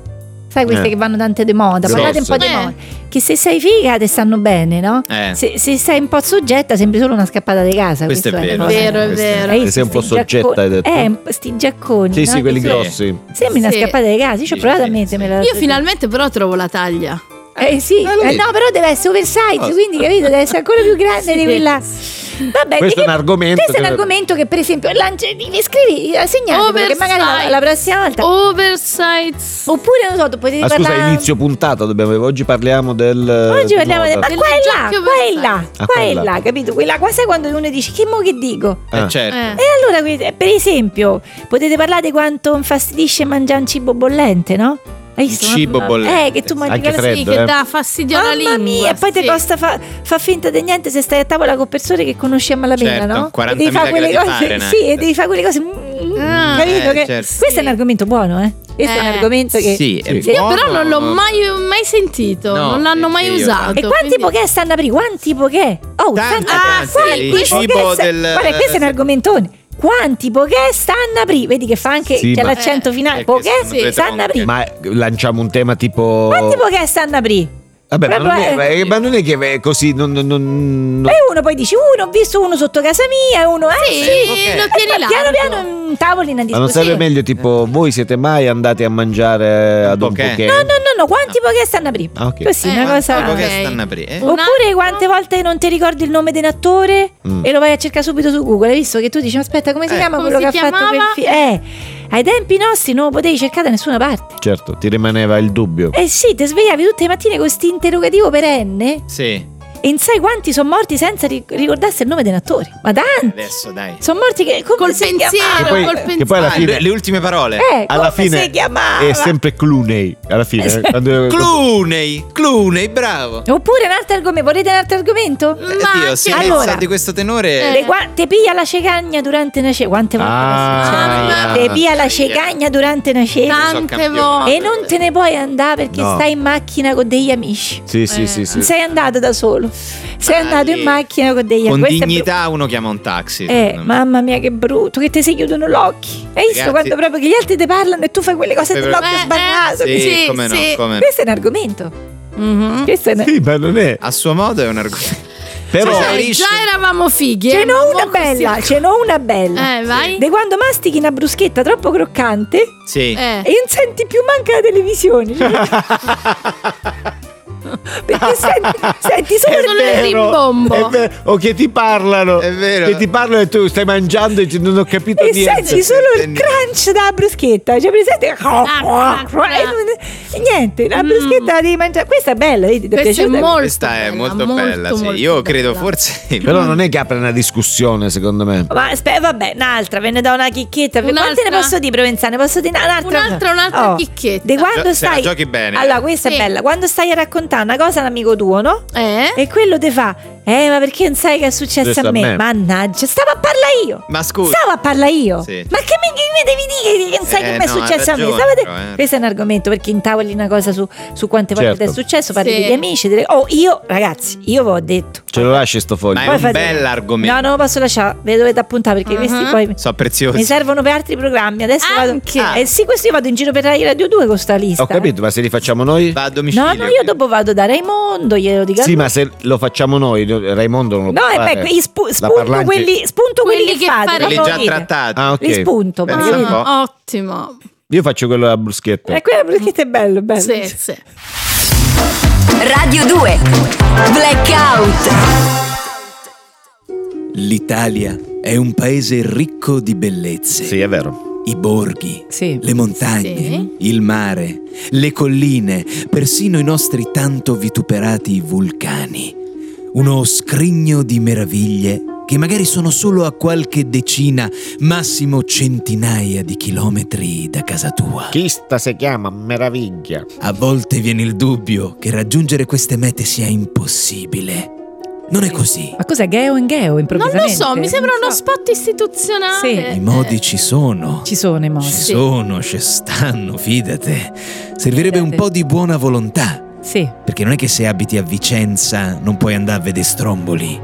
Speaker 4: Sai queste
Speaker 5: Eh.
Speaker 4: che vanno tante di moda,
Speaker 2: Sì,
Speaker 4: parlate un po'
Speaker 2: sì.
Speaker 4: di
Speaker 3: Eh.
Speaker 4: moda. Che se sei figa ti stanno bene, no?
Speaker 2: Eh.
Speaker 4: Se, se sei un po' soggetta sembri solo una scappata di casa.
Speaker 2: Questo è vero.
Speaker 4: una cosa.
Speaker 3: Vero, è
Speaker 2: Questo
Speaker 3: vero.
Speaker 4: Hai
Speaker 5: Se sei
Speaker 4: visto
Speaker 5: un po'
Speaker 4: sti giacco-
Speaker 5: soggetta, hai detto.
Speaker 4: Eh, un po' sti giacconi.
Speaker 5: Sì,
Speaker 4: no?
Speaker 5: sì, quelli
Speaker 4: Che sono-
Speaker 5: grossi.
Speaker 4: Sembri una
Speaker 3: Sì.
Speaker 4: scappata di casa. Io ci ho provato a
Speaker 2: Sì,
Speaker 4: mettermela.
Speaker 3: Io finalmente però trovo la taglia.
Speaker 4: Eh sì,
Speaker 2: lo
Speaker 4: eh,
Speaker 2: vedi.
Speaker 4: no, però deve essere oversize,
Speaker 5: Oh.
Speaker 2: Cosa?
Speaker 4: quindi capito, deve essere ancora più grande di quella. Vabbè,
Speaker 5: Questo è
Speaker 4: che-
Speaker 5: un argomento
Speaker 4: Questo è un
Speaker 5: che-
Speaker 4: argomento che, per esempio, lancia- scrivi, segnatelo perché magari la, la prossima volta.
Speaker 3: Oh. Oversize.
Speaker 4: Oppure non so, potete
Speaker 5: Ah, scusa,
Speaker 4: parlare.
Speaker 5: inizio puntata. dobbiamo- Oggi parliamo del.
Speaker 4: Oggi
Speaker 5: di
Speaker 4: parliamo del.
Speaker 5: moda.
Speaker 4: Ma qua e là,
Speaker 3: giacche
Speaker 4: qua e
Speaker 3: oversize.
Speaker 4: là,
Speaker 5: Ah,
Speaker 4: qua e
Speaker 5: quella.
Speaker 4: là, capito? Quella qua sai quando uno dice che mo che dico?
Speaker 5: Ah.
Speaker 2: Eh, certo.
Speaker 3: Eh.
Speaker 4: E allora, que- per esempio, potete parlare di quanto infastidisce mangiare un cibo bollente, no? Hai visto?
Speaker 2: Il cibo bollente.
Speaker 4: Eh, che tu mangi
Speaker 5: Anche
Speaker 4: quella
Speaker 5: freddo,
Speaker 3: Sì, che
Speaker 5: eh.
Speaker 3: dà fastidio alla
Speaker 4: Mamma
Speaker 3: lingua.
Speaker 4: mia, e poi ti
Speaker 3: sì.
Speaker 4: costa fa, fa finta di niente se stai a tavola con persone che conosci a malapena,
Speaker 2: Certo,
Speaker 4: no? E
Speaker 2: 40.000
Speaker 4: devi fare quelle
Speaker 2: gradi
Speaker 4: cose,
Speaker 2: Fahrenheit.
Speaker 4: sì, e devi fare quelle cose. mm,
Speaker 3: Ah,
Speaker 4: capito
Speaker 2: eh,
Speaker 4: che-
Speaker 2: certo.
Speaker 4: Questo è un
Speaker 3: Sì.
Speaker 4: argomento buono, eh? Questo è un
Speaker 3: Eh,
Speaker 4: argomento che
Speaker 2: Sì, è
Speaker 4: Sì.
Speaker 3: Io però
Speaker 2: buono.
Speaker 3: non l'ho mai, mai sentito,
Speaker 2: No,
Speaker 3: non l'hanno mai
Speaker 2: neanche io,
Speaker 3: usato.
Speaker 4: E quanti
Speaker 3: quindi-
Speaker 4: poké stanno aprendo? Quanti poké? Oh,
Speaker 2: Tanti,
Speaker 4: tanti, ah,
Speaker 2: tanti,
Speaker 4: quanti
Speaker 2: il
Speaker 4: poké
Speaker 2: cibo
Speaker 4: sta-
Speaker 2: del-
Speaker 4: Guarda, questo è un argomentone. Quanti poké stanno aprendo? Vedi che fa anche
Speaker 5: Sì,
Speaker 4: c'è
Speaker 5: ma-
Speaker 4: l'accento
Speaker 2: Eh,
Speaker 4: finale.
Speaker 2: eh, che
Speaker 4: Poké
Speaker 2: sono due
Speaker 4: stanno
Speaker 2: secondi.
Speaker 4: aprendo.
Speaker 5: Ma lanciamo un tema tipo.
Speaker 2: oh.
Speaker 4: Quanti poké stanno aprendo?
Speaker 5: Vabbè, ma non,
Speaker 4: Proprio-
Speaker 5: è, eh, ma non è che è così. Non, non- non- non-
Speaker 4: E uno poi dice uno, ho visto uno sotto casa mia, e uno eh,
Speaker 3: Sì, lo tieni
Speaker 4: E poi
Speaker 3: largo.
Speaker 4: Piano piano un tavolino a
Speaker 5: Ma non
Speaker 4: disposizione.
Speaker 5: sarebbe meglio, tipo, voi siete mai andati a mangiare ad un
Speaker 2: poké?
Speaker 5: poké?
Speaker 4: No, no, no, no, quanti poké stanno aprendo?
Speaker 5: Ah, ok.
Speaker 4: Così,
Speaker 3: Eh,
Speaker 4: una cosa.
Speaker 3: quanti poké-
Speaker 2: Perché stanno eh? aprendo?
Speaker 3: Un
Speaker 4: Oppure
Speaker 3: altro?
Speaker 4: quante volte non ti ricordi il nome di un attore
Speaker 5: Mm.
Speaker 4: e lo vai a cercare subito su Google, hai visto che tu dici aspetta come si
Speaker 2: Eh.
Speaker 4: chiama
Speaker 3: Come
Speaker 4: quello che
Speaker 3: si
Speaker 4: ha fatto
Speaker 3: chiamava?
Speaker 4: quel film? Eh, ai tempi nostri non lo potevi cercare da nessuna parte.
Speaker 5: Certo, ti rimaneva il dubbio.
Speaker 4: Eh sì, ti svegliavi tutte le mattine con questi interrogativo perenne
Speaker 2: Sì,
Speaker 4: e non sai quanti sono morti senza ri- ricordarsi il nome di un attore. Ma tanti!
Speaker 2: adesso dai.
Speaker 4: Sono morti che... Come
Speaker 3: Col
Speaker 4: si
Speaker 3: pensiero,
Speaker 4: chiamava?
Speaker 5: Che poi-
Speaker 3: col
Speaker 5: che
Speaker 3: pensiero.
Speaker 5: poi alla
Speaker 2: Ah,
Speaker 5: fine-
Speaker 2: le, le ultime parole.
Speaker 4: Eh,
Speaker 5: Alla
Speaker 4: come
Speaker 5: fine
Speaker 4: si chiamava?
Speaker 5: è sempre Clooney. Alla fine,
Speaker 4: Eh, sì.
Speaker 5: quando-
Speaker 2: Cluney, Cluney, bravo.
Speaker 4: Oppure un altro argomento, volete un altro argomento?
Speaker 2: Eh, Dio, se
Speaker 4: anche-
Speaker 2: allora,
Speaker 4: allora- Eh,
Speaker 2: di questo tenore...
Speaker 4: Le gua- te piglia la cecagna durante una cena. Quante volte
Speaker 5: Ah.
Speaker 4: è successo? Te piglia la cecagna durante una cena.
Speaker 2: sono
Speaker 3: Tante
Speaker 2: campione.
Speaker 3: volte.
Speaker 4: E non te ne puoi andare perché
Speaker 5: No.
Speaker 4: stai in macchina con degli amici.
Speaker 5: Sì, sì, sì, sì.
Speaker 4: Non sei andato da solo. Sei
Speaker 2: Ah,
Speaker 4: andato in
Speaker 2: lì.
Speaker 4: macchina con degli
Speaker 2: Con
Speaker 4: amici. Questo è
Speaker 2: dignità uno chiama un taxi.
Speaker 4: brutto. Eh,
Speaker 2: secondo me.
Speaker 4: mamma mia, che brutto, che ti si chiudono gli occhi. Hai visto
Speaker 2: Ragazzi-
Speaker 4: quando proprio che gli altri ti parlano e tu fai quelle cose
Speaker 2: Eh,
Speaker 4: dell'occhio
Speaker 3: eh,
Speaker 4: sbarrato?
Speaker 2: Sì,
Speaker 3: Sì,
Speaker 2: come
Speaker 3: sì.
Speaker 2: no, come no.
Speaker 4: Questo è un argomento.
Speaker 3: Mhm.
Speaker 4: Questo è un...
Speaker 5: Sì, ma non è.
Speaker 2: A suo modo è un argomento.
Speaker 5: Però.
Speaker 2: Sì,
Speaker 3: Cioè,
Speaker 2: Esaurisce.
Speaker 3: già eravamo fighi.
Speaker 4: Ce
Speaker 3: eh,
Speaker 4: n'ho
Speaker 3: ma
Speaker 4: una
Speaker 3: mo così-
Speaker 4: bella, ce n'ho una bella.
Speaker 3: Eh, vai.
Speaker 4: De quando mastichi una bruschetta troppo croccante
Speaker 2: Sì.
Speaker 3: Eh.
Speaker 4: e non senti più manca la televisione. cioè. Perché senti, senti solo
Speaker 5: È
Speaker 3: Solo il rimbombo.
Speaker 5: è vero. O che ti parlano.
Speaker 2: È vero.
Speaker 5: Che ti parlano e tu stai mangiando e dici, non ho capito
Speaker 4: e
Speaker 5: niente.
Speaker 4: senti solo il
Speaker 2: niente.
Speaker 4: crunch della bruschetta. Cioè, presente?
Speaker 3: Ah,
Speaker 4: E non- e niente, la bruschetta la devi mangiare. Questa è bella, vedi? Ti è
Speaker 3: Mm. Questa è
Speaker 4: piaciuta?
Speaker 3: molto
Speaker 2: Questa è
Speaker 3: bella,
Speaker 2: molto, bella, sì.
Speaker 3: molto
Speaker 2: Io credo
Speaker 3: bella.
Speaker 2: forse...
Speaker 5: Però non è che apre una discussione, secondo me.
Speaker 4: Ma aspetta, vabbè, un'altra, ve ne do una chicchetta. Quante
Speaker 3: Un'altra?
Speaker 4: ne posso dire, Provenzano? Posso dire un'altra? Oh,
Speaker 3: Un'altra, un'altra chicchetta.
Speaker 4: De quando
Speaker 2: Gio- se la
Speaker 4: stai...
Speaker 2: giochi bene. eh.
Speaker 4: Allora, questa
Speaker 3: Sì.
Speaker 4: è bella. Quando stai a raccontare una cosa a un amico tuo, no?
Speaker 3: Eh?
Speaker 4: E quello ti fa, eh, ma perché non sai che è successo
Speaker 5: Successo
Speaker 4: a
Speaker 5: a
Speaker 4: me?
Speaker 5: me.
Speaker 4: Mannaggia, stavo a parlare io.
Speaker 2: Ma scusa.
Speaker 4: Stavo a parlare io.
Speaker 2: Sì.
Speaker 4: Ma che mi, che mi devi dire che non sai
Speaker 2: Eh,
Speaker 4: che mi è
Speaker 2: no, hai
Speaker 4: successo a me?
Speaker 2: ragione,
Speaker 4: Stavo a te-
Speaker 2: però, eh.
Speaker 4: Questo è un argomento perché intavoli una cosa su, su quante volte ti
Speaker 5: Certo.
Speaker 4: è successo, parli
Speaker 3: Sì.
Speaker 4: degli amici. delle- Oh, io, ragazzi, io vi ho detto.
Speaker 5: Ce lo lasci sto foglio.
Speaker 2: Ma è
Speaker 4: Poi
Speaker 2: un
Speaker 4: fate-
Speaker 2: bell'argomento.
Speaker 4: No, non lo posso lasciare, ve lo dovete appuntare perché questi
Speaker 3: Mhm.
Speaker 4: poi
Speaker 2: So
Speaker 4: mi
Speaker 2: preziosi.
Speaker 4: servono per altri programmi. Adesso
Speaker 3: Anche.
Speaker 4: vado. Eh sì, questo io vado in giro per Rai Radio 2 con sta lista. eh."
Speaker 5: Ho capito, ma se li facciamo noi?
Speaker 2: Va a domicilio.
Speaker 4: No, no, io dopo vado da Raimondo, glielo dico. a
Speaker 5: Sì,
Speaker 4: lui.
Speaker 5: ma se lo facciamo noi, Raimondo non lo
Speaker 4: No,
Speaker 5: può
Speaker 4: e
Speaker 5: fare.
Speaker 4: beh, qui spu-
Speaker 5: La
Speaker 4: spunto,
Speaker 5: parlante-
Speaker 4: quelli, spunto quelli,
Speaker 3: Quelli
Speaker 4: che,
Speaker 3: che
Speaker 4: fate.
Speaker 3: fate.
Speaker 2: Quelli
Speaker 4: proprio
Speaker 2: già
Speaker 4: dite.
Speaker 2: trattati.
Speaker 5: Ah, ok.
Speaker 4: Li spunto.
Speaker 2: Pensa
Speaker 4: proprio.
Speaker 2: un po'.
Speaker 3: Ah, ottimo.
Speaker 5: Io faccio quello alla bruschetta.
Speaker 4: Eh, quello perché è bello, bello.
Speaker 3: Sì, sì.
Speaker 8: Radio 2 Blackout
Speaker 6: L'Italia è un paese ricco di bellezze.
Speaker 5: Sì, è vero.
Speaker 6: i borghi,
Speaker 4: Sì.
Speaker 6: le montagne,
Speaker 3: Sì.
Speaker 6: il mare, le colline, persino i nostri tanto vituperati vulcani. Uno scrigno di meraviglie che magari sono solo a qualche decina, massimo centinaia di chilometri da casa tua.
Speaker 5: Chista si chiama meraviglia.
Speaker 6: A volte viene il dubbio che raggiungere queste mete sia impossibile. Non è così.
Speaker 4: Ma cos'è Geo in Geo
Speaker 3: Non
Speaker 4: improvvisamente?
Speaker 3: lo so, mi sembra
Speaker 4: Non
Speaker 3: uno
Speaker 4: so.
Speaker 3: spot istituzionale. Eh,
Speaker 4: Sì.
Speaker 6: I modi ci sono.
Speaker 4: Ci sono i modi.
Speaker 6: Ci
Speaker 3: Sì.
Speaker 6: sono, ci stanno, fidate. Servirebbe un
Speaker 4: Fidate.
Speaker 6: po' di buona volontà.
Speaker 4: Sì.
Speaker 6: Perché non è che se abiti a Vicenza non puoi andare a vedere Stromboli.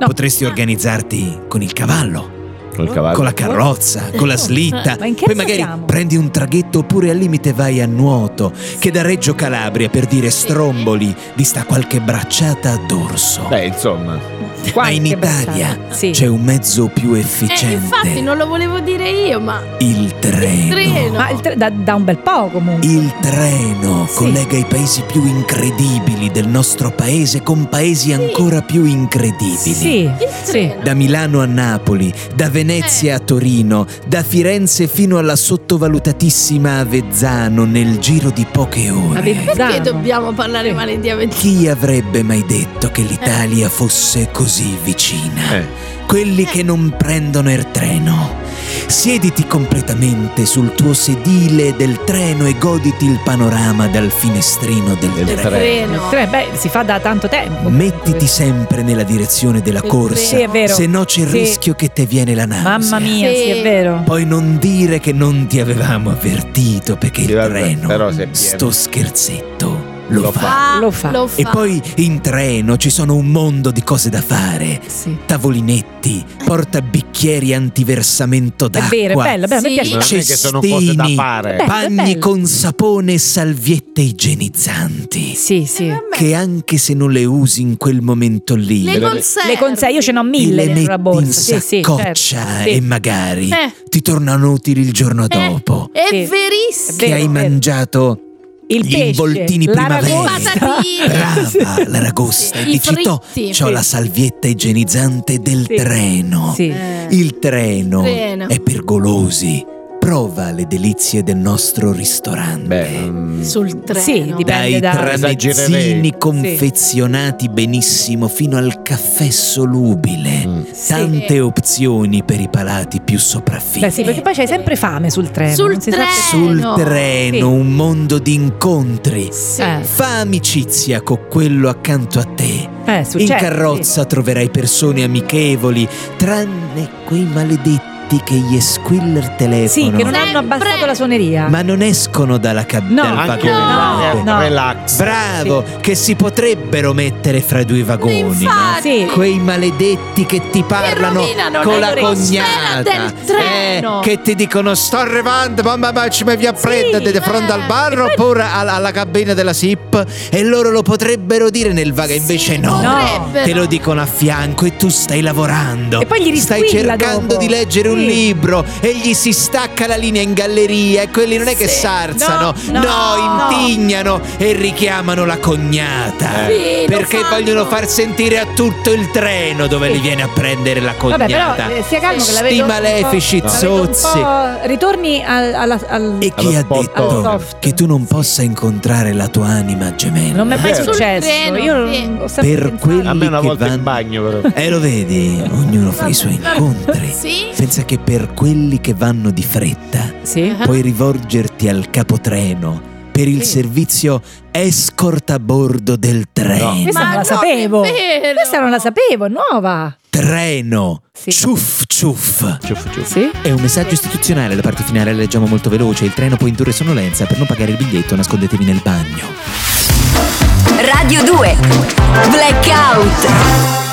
Speaker 6: Potresti organizzarti con il cavallo,
Speaker 5: Col cavallo.
Speaker 6: con la carrozza, con la slitta.
Speaker 4: Ma in che
Speaker 6: Poi
Speaker 4: anno
Speaker 6: magari
Speaker 4: siamo?
Speaker 6: prendi un traghetto oppure al limite vai a nuoto, che da Reggio Calabria per dire Stromboli dista qualche bracciata a dorso.
Speaker 5: Beh, insomma.
Speaker 6: Ma in
Speaker 4: Quante
Speaker 6: Italia
Speaker 4: bracciate. Sì.
Speaker 6: c'è un mezzo più
Speaker 3: Eh,
Speaker 6: efficiente,
Speaker 3: infatti non lo volevo dire io, ma
Speaker 6: il treno.
Speaker 3: treno.
Speaker 4: Ma il tre- da, da un bel po' comunque.
Speaker 6: Il treno
Speaker 4: Sì.
Speaker 6: collega i paesi più incredibili del nostro paese con paesi ancora più incredibili.
Speaker 4: Sì.
Speaker 3: Il
Speaker 4: Sì.
Speaker 3: treno.
Speaker 6: Da Milano a Napoli, da Venezia
Speaker 4: Eh.
Speaker 6: a Torino, da Firenze fino alla sottovalutatissima Avezzano nel giro di poche ore.
Speaker 3: perché
Speaker 4: Avezzano.
Speaker 3: dobbiamo parlare
Speaker 4: Sì.
Speaker 3: male di Avezzano?
Speaker 6: Chi avrebbe mai detto che l'Italia fosse così vicina?
Speaker 5: Eh.
Speaker 6: Quelli che non prendono il treno. Siediti completamente sul tuo sedile del treno e goditi il panorama dal finestrino del
Speaker 5: Del treno.
Speaker 6: treno.
Speaker 3: Treno.
Speaker 4: Tre- beh, si fa da tanto tempo.
Speaker 6: Mettiti sempre nella direzione della
Speaker 3: Del
Speaker 6: corsa,
Speaker 4: Sì, è vero.
Speaker 6: se no c'è il
Speaker 4: Sì.
Speaker 6: rischio che te viene la nausea.
Speaker 4: Mamma mia, sì,
Speaker 3: Sì.
Speaker 4: è vero.
Speaker 6: Poi non dire che non ti avevamo avvertito perché il
Speaker 5: Vabbè,
Speaker 6: treno,
Speaker 5: però se è pieno.
Speaker 6: sto scherzetto, lo,
Speaker 5: Lo
Speaker 6: fa.
Speaker 3: Ah,
Speaker 4: Lo fa.
Speaker 3: Lo fa.
Speaker 6: E poi in treno ci sono un mondo di cose da fare.
Speaker 4: Sì.
Speaker 6: Tavolinetti, portabicchieri antiversamento
Speaker 4: È
Speaker 6: d'acqua.
Speaker 4: vero, è bello, bello, mi
Speaker 3: Sì.
Speaker 4: piace.
Speaker 5: Non è che sono cose da
Speaker 6: Cestini.
Speaker 5: fare.
Speaker 4: Beh. Bello,
Speaker 6: Bagni
Speaker 4: bello.
Speaker 6: con sapone e salviette igienizzanti.
Speaker 4: Sì, sì.
Speaker 6: Che anche se non le usi in quel momento lì,
Speaker 3: le
Speaker 5: Le
Speaker 3: conserve.
Speaker 4: Le consigli, io ce n'ho
Speaker 6: le
Speaker 4: mille
Speaker 6: metti
Speaker 4: dentro la borsa.
Speaker 6: in
Speaker 4: Sì, sì, certo.
Speaker 6: saccoccia e
Speaker 4: Sì.
Speaker 6: magari
Speaker 3: Eh.
Speaker 6: ti tornano utili il giorno
Speaker 3: Eh,
Speaker 6: dopo.
Speaker 3: È
Speaker 4: Sì.
Speaker 3: verissimo.
Speaker 6: Che
Speaker 4: vero,
Speaker 6: hai
Speaker 4: vero.
Speaker 6: mangiato
Speaker 4: Il
Speaker 6: gli
Speaker 4: pesce,
Speaker 6: involtini primavera.
Speaker 4: l'aragosta.
Speaker 3: Patatine.
Speaker 6: Brava, l'aragosta,
Speaker 3: Sì. I
Speaker 6: dici to,
Speaker 3: fritti.
Speaker 6: c'ho la salvietta igienizzante del
Speaker 4: Sì.
Speaker 6: treno.
Speaker 4: Sì.
Speaker 3: Eh.
Speaker 6: Il treno,
Speaker 3: Treno.
Speaker 6: è pergolosi. Prova le delizie del nostro ristorante.
Speaker 5: Beh, mm,
Speaker 3: Sul treno.
Speaker 4: Sì, dipende.
Speaker 6: Dai
Speaker 4: da-
Speaker 5: Esagererei.
Speaker 6: tramezzini confezionati benissimo fino al caffè solubile.
Speaker 5: Mm.
Speaker 4: Sì.
Speaker 6: Tante opzioni per i palati più sopraffini.
Speaker 4: Beh, sì, perché poi c'hai sempre fame sul treno.
Speaker 3: Sul
Speaker 4: non si sa-
Speaker 3: treno.
Speaker 6: Sul
Speaker 3: no.
Speaker 6: treno
Speaker 4: Sì.
Speaker 6: un mondo di incontri.
Speaker 3: Sì.
Speaker 4: Eh.
Speaker 6: Fa amicizia con quello accanto a te.
Speaker 4: Eh, succede,
Speaker 6: In carrozza troverai persone amichevoli, tranne quei maledetti che gli squilla il telefono.
Speaker 4: Sì, Sì, che non hanno
Speaker 3: Sempre.
Speaker 4: abbassato la suoneria.
Speaker 6: Ma non escono dalla cabina.
Speaker 4: No,
Speaker 6: dal
Speaker 5: anche
Speaker 6: vagone.
Speaker 5: no,
Speaker 4: no.
Speaker 5: relax.
Speaker 6: Bravo, che si potrebbero mettere fra i due vagoni. no?
Speaker 3: Infatti.
Speaker 4: Sì.
Speaker 6: Quei maledetti che ti parlano
Speaker 3: rovinano
Speaker 6: con
Speaker 3: la
Speaker 6: la
Speaker 3: atmosfera
Speaker 6: cognata,
Speaker 3: del treno.
Speaker 6: Eh, che ti dicono: Sto arrivando, mamma mia, ci mi apprendete di fronte
Speaker 4: eh.
Speaker 6: al bar oppure alla, alla cabina della SIP. E loro lo potrebbero dire nel vaga, invece no.
Speaker 3: potrebbero.
Speaker 6: Te lo dicono a fianco e tu stai lavorando.
Speaker 4: E poi gli
Speaker 6: Stai
Speaker 4: risquilla
Speaker 6: cercando
Speaker 4: dopo.
Speaker 6: di leggere un
Speaker 4: Sì.
Speaker 6: libro e gli si stacca la linea in galleria e quelli non è che
Speaker 4: Sì.
Speaker 6: sarzano,
Speaker 4: No,
Speaker 6: no,
Speaker 4: no,
Speaker 6: impignano e richiamano la cognata.
Speaker 5: Eh.
Speaker 3: Sì, lo
Speaker 6: perché
Speaker 3: fanno.
Speaker 6: vogliono far sentire a tutto il treno dove
Speaker 4: Sì.
Speaker 6: li viene a prendere la
Speaker 4: Vabbè,
Speaker 6: cognata.
Speaker 4: però eh, stia calmo che la vedo.
Speaker 6: Sti
Speaker 4: un po'-
Speaker 6: malefici
Speaker 4: la vedo un
Speaker 6: zozzi.
Speaker 4: po'- Ritorni al. alla- al-
Speaker 6: E chi
Speaker 5: Allo
Speaker 6: ha
Speaker 5: spot
Speaker 4: allo
Speaker 6: detto
Speaker 4: soft.
Speaker 6: che tu non possa incontrare la tua anima gemella?
Speaker 4: Non mi è mai
Speaker 5: Eh.
Speaker 3: Sul
Speaker 4: successo.
Speaker 3: treno,
Speaker 4: Io
Speaker 3: sì.
Speaker 4: ho sempre
Speaker 6: Per
Speaker 4: pensato-
Speaker 6: quelli-
Speaker 5: A me una
Speaker 6: che
Speaker 5: volta
Speaker 6: vanno-
Speaker 5: in bagno, però.
Speaker 6: Eh, lo vedi, ognuno fa i suoi incontri.
Speaker 3: Sì.
Speaker 6: Pensa che per quelli che vanno di fretta
Speaker 4: Sì.
Speaker 6: puoi rivolgerti al capotreno per il servizio escort a bordo del treno.
Speaker 4: Questa
Speaker 3: Ma
Speaker 4: non la
Speaker 3: no,
Speaker 4: sapevo.
Speaker 3: è vero.
Speaker 4: Questa non la sapevo, è nuova.
Speaker 6: Treno.
Speaker 4: Sì.
Speaker 6: Ciuff ciuff.
Speaker 5: Ciuff, ciuff.
Speaker 4: Sì.
Speaker 6: È un messaggio istituzionale, la parte finale la leggiamo molto veloce. Il treno può indurre sonnolenza. Per non pagare il biglietto, nascondetevi nel bagno.
Speaker 9: Radio 2 Blackout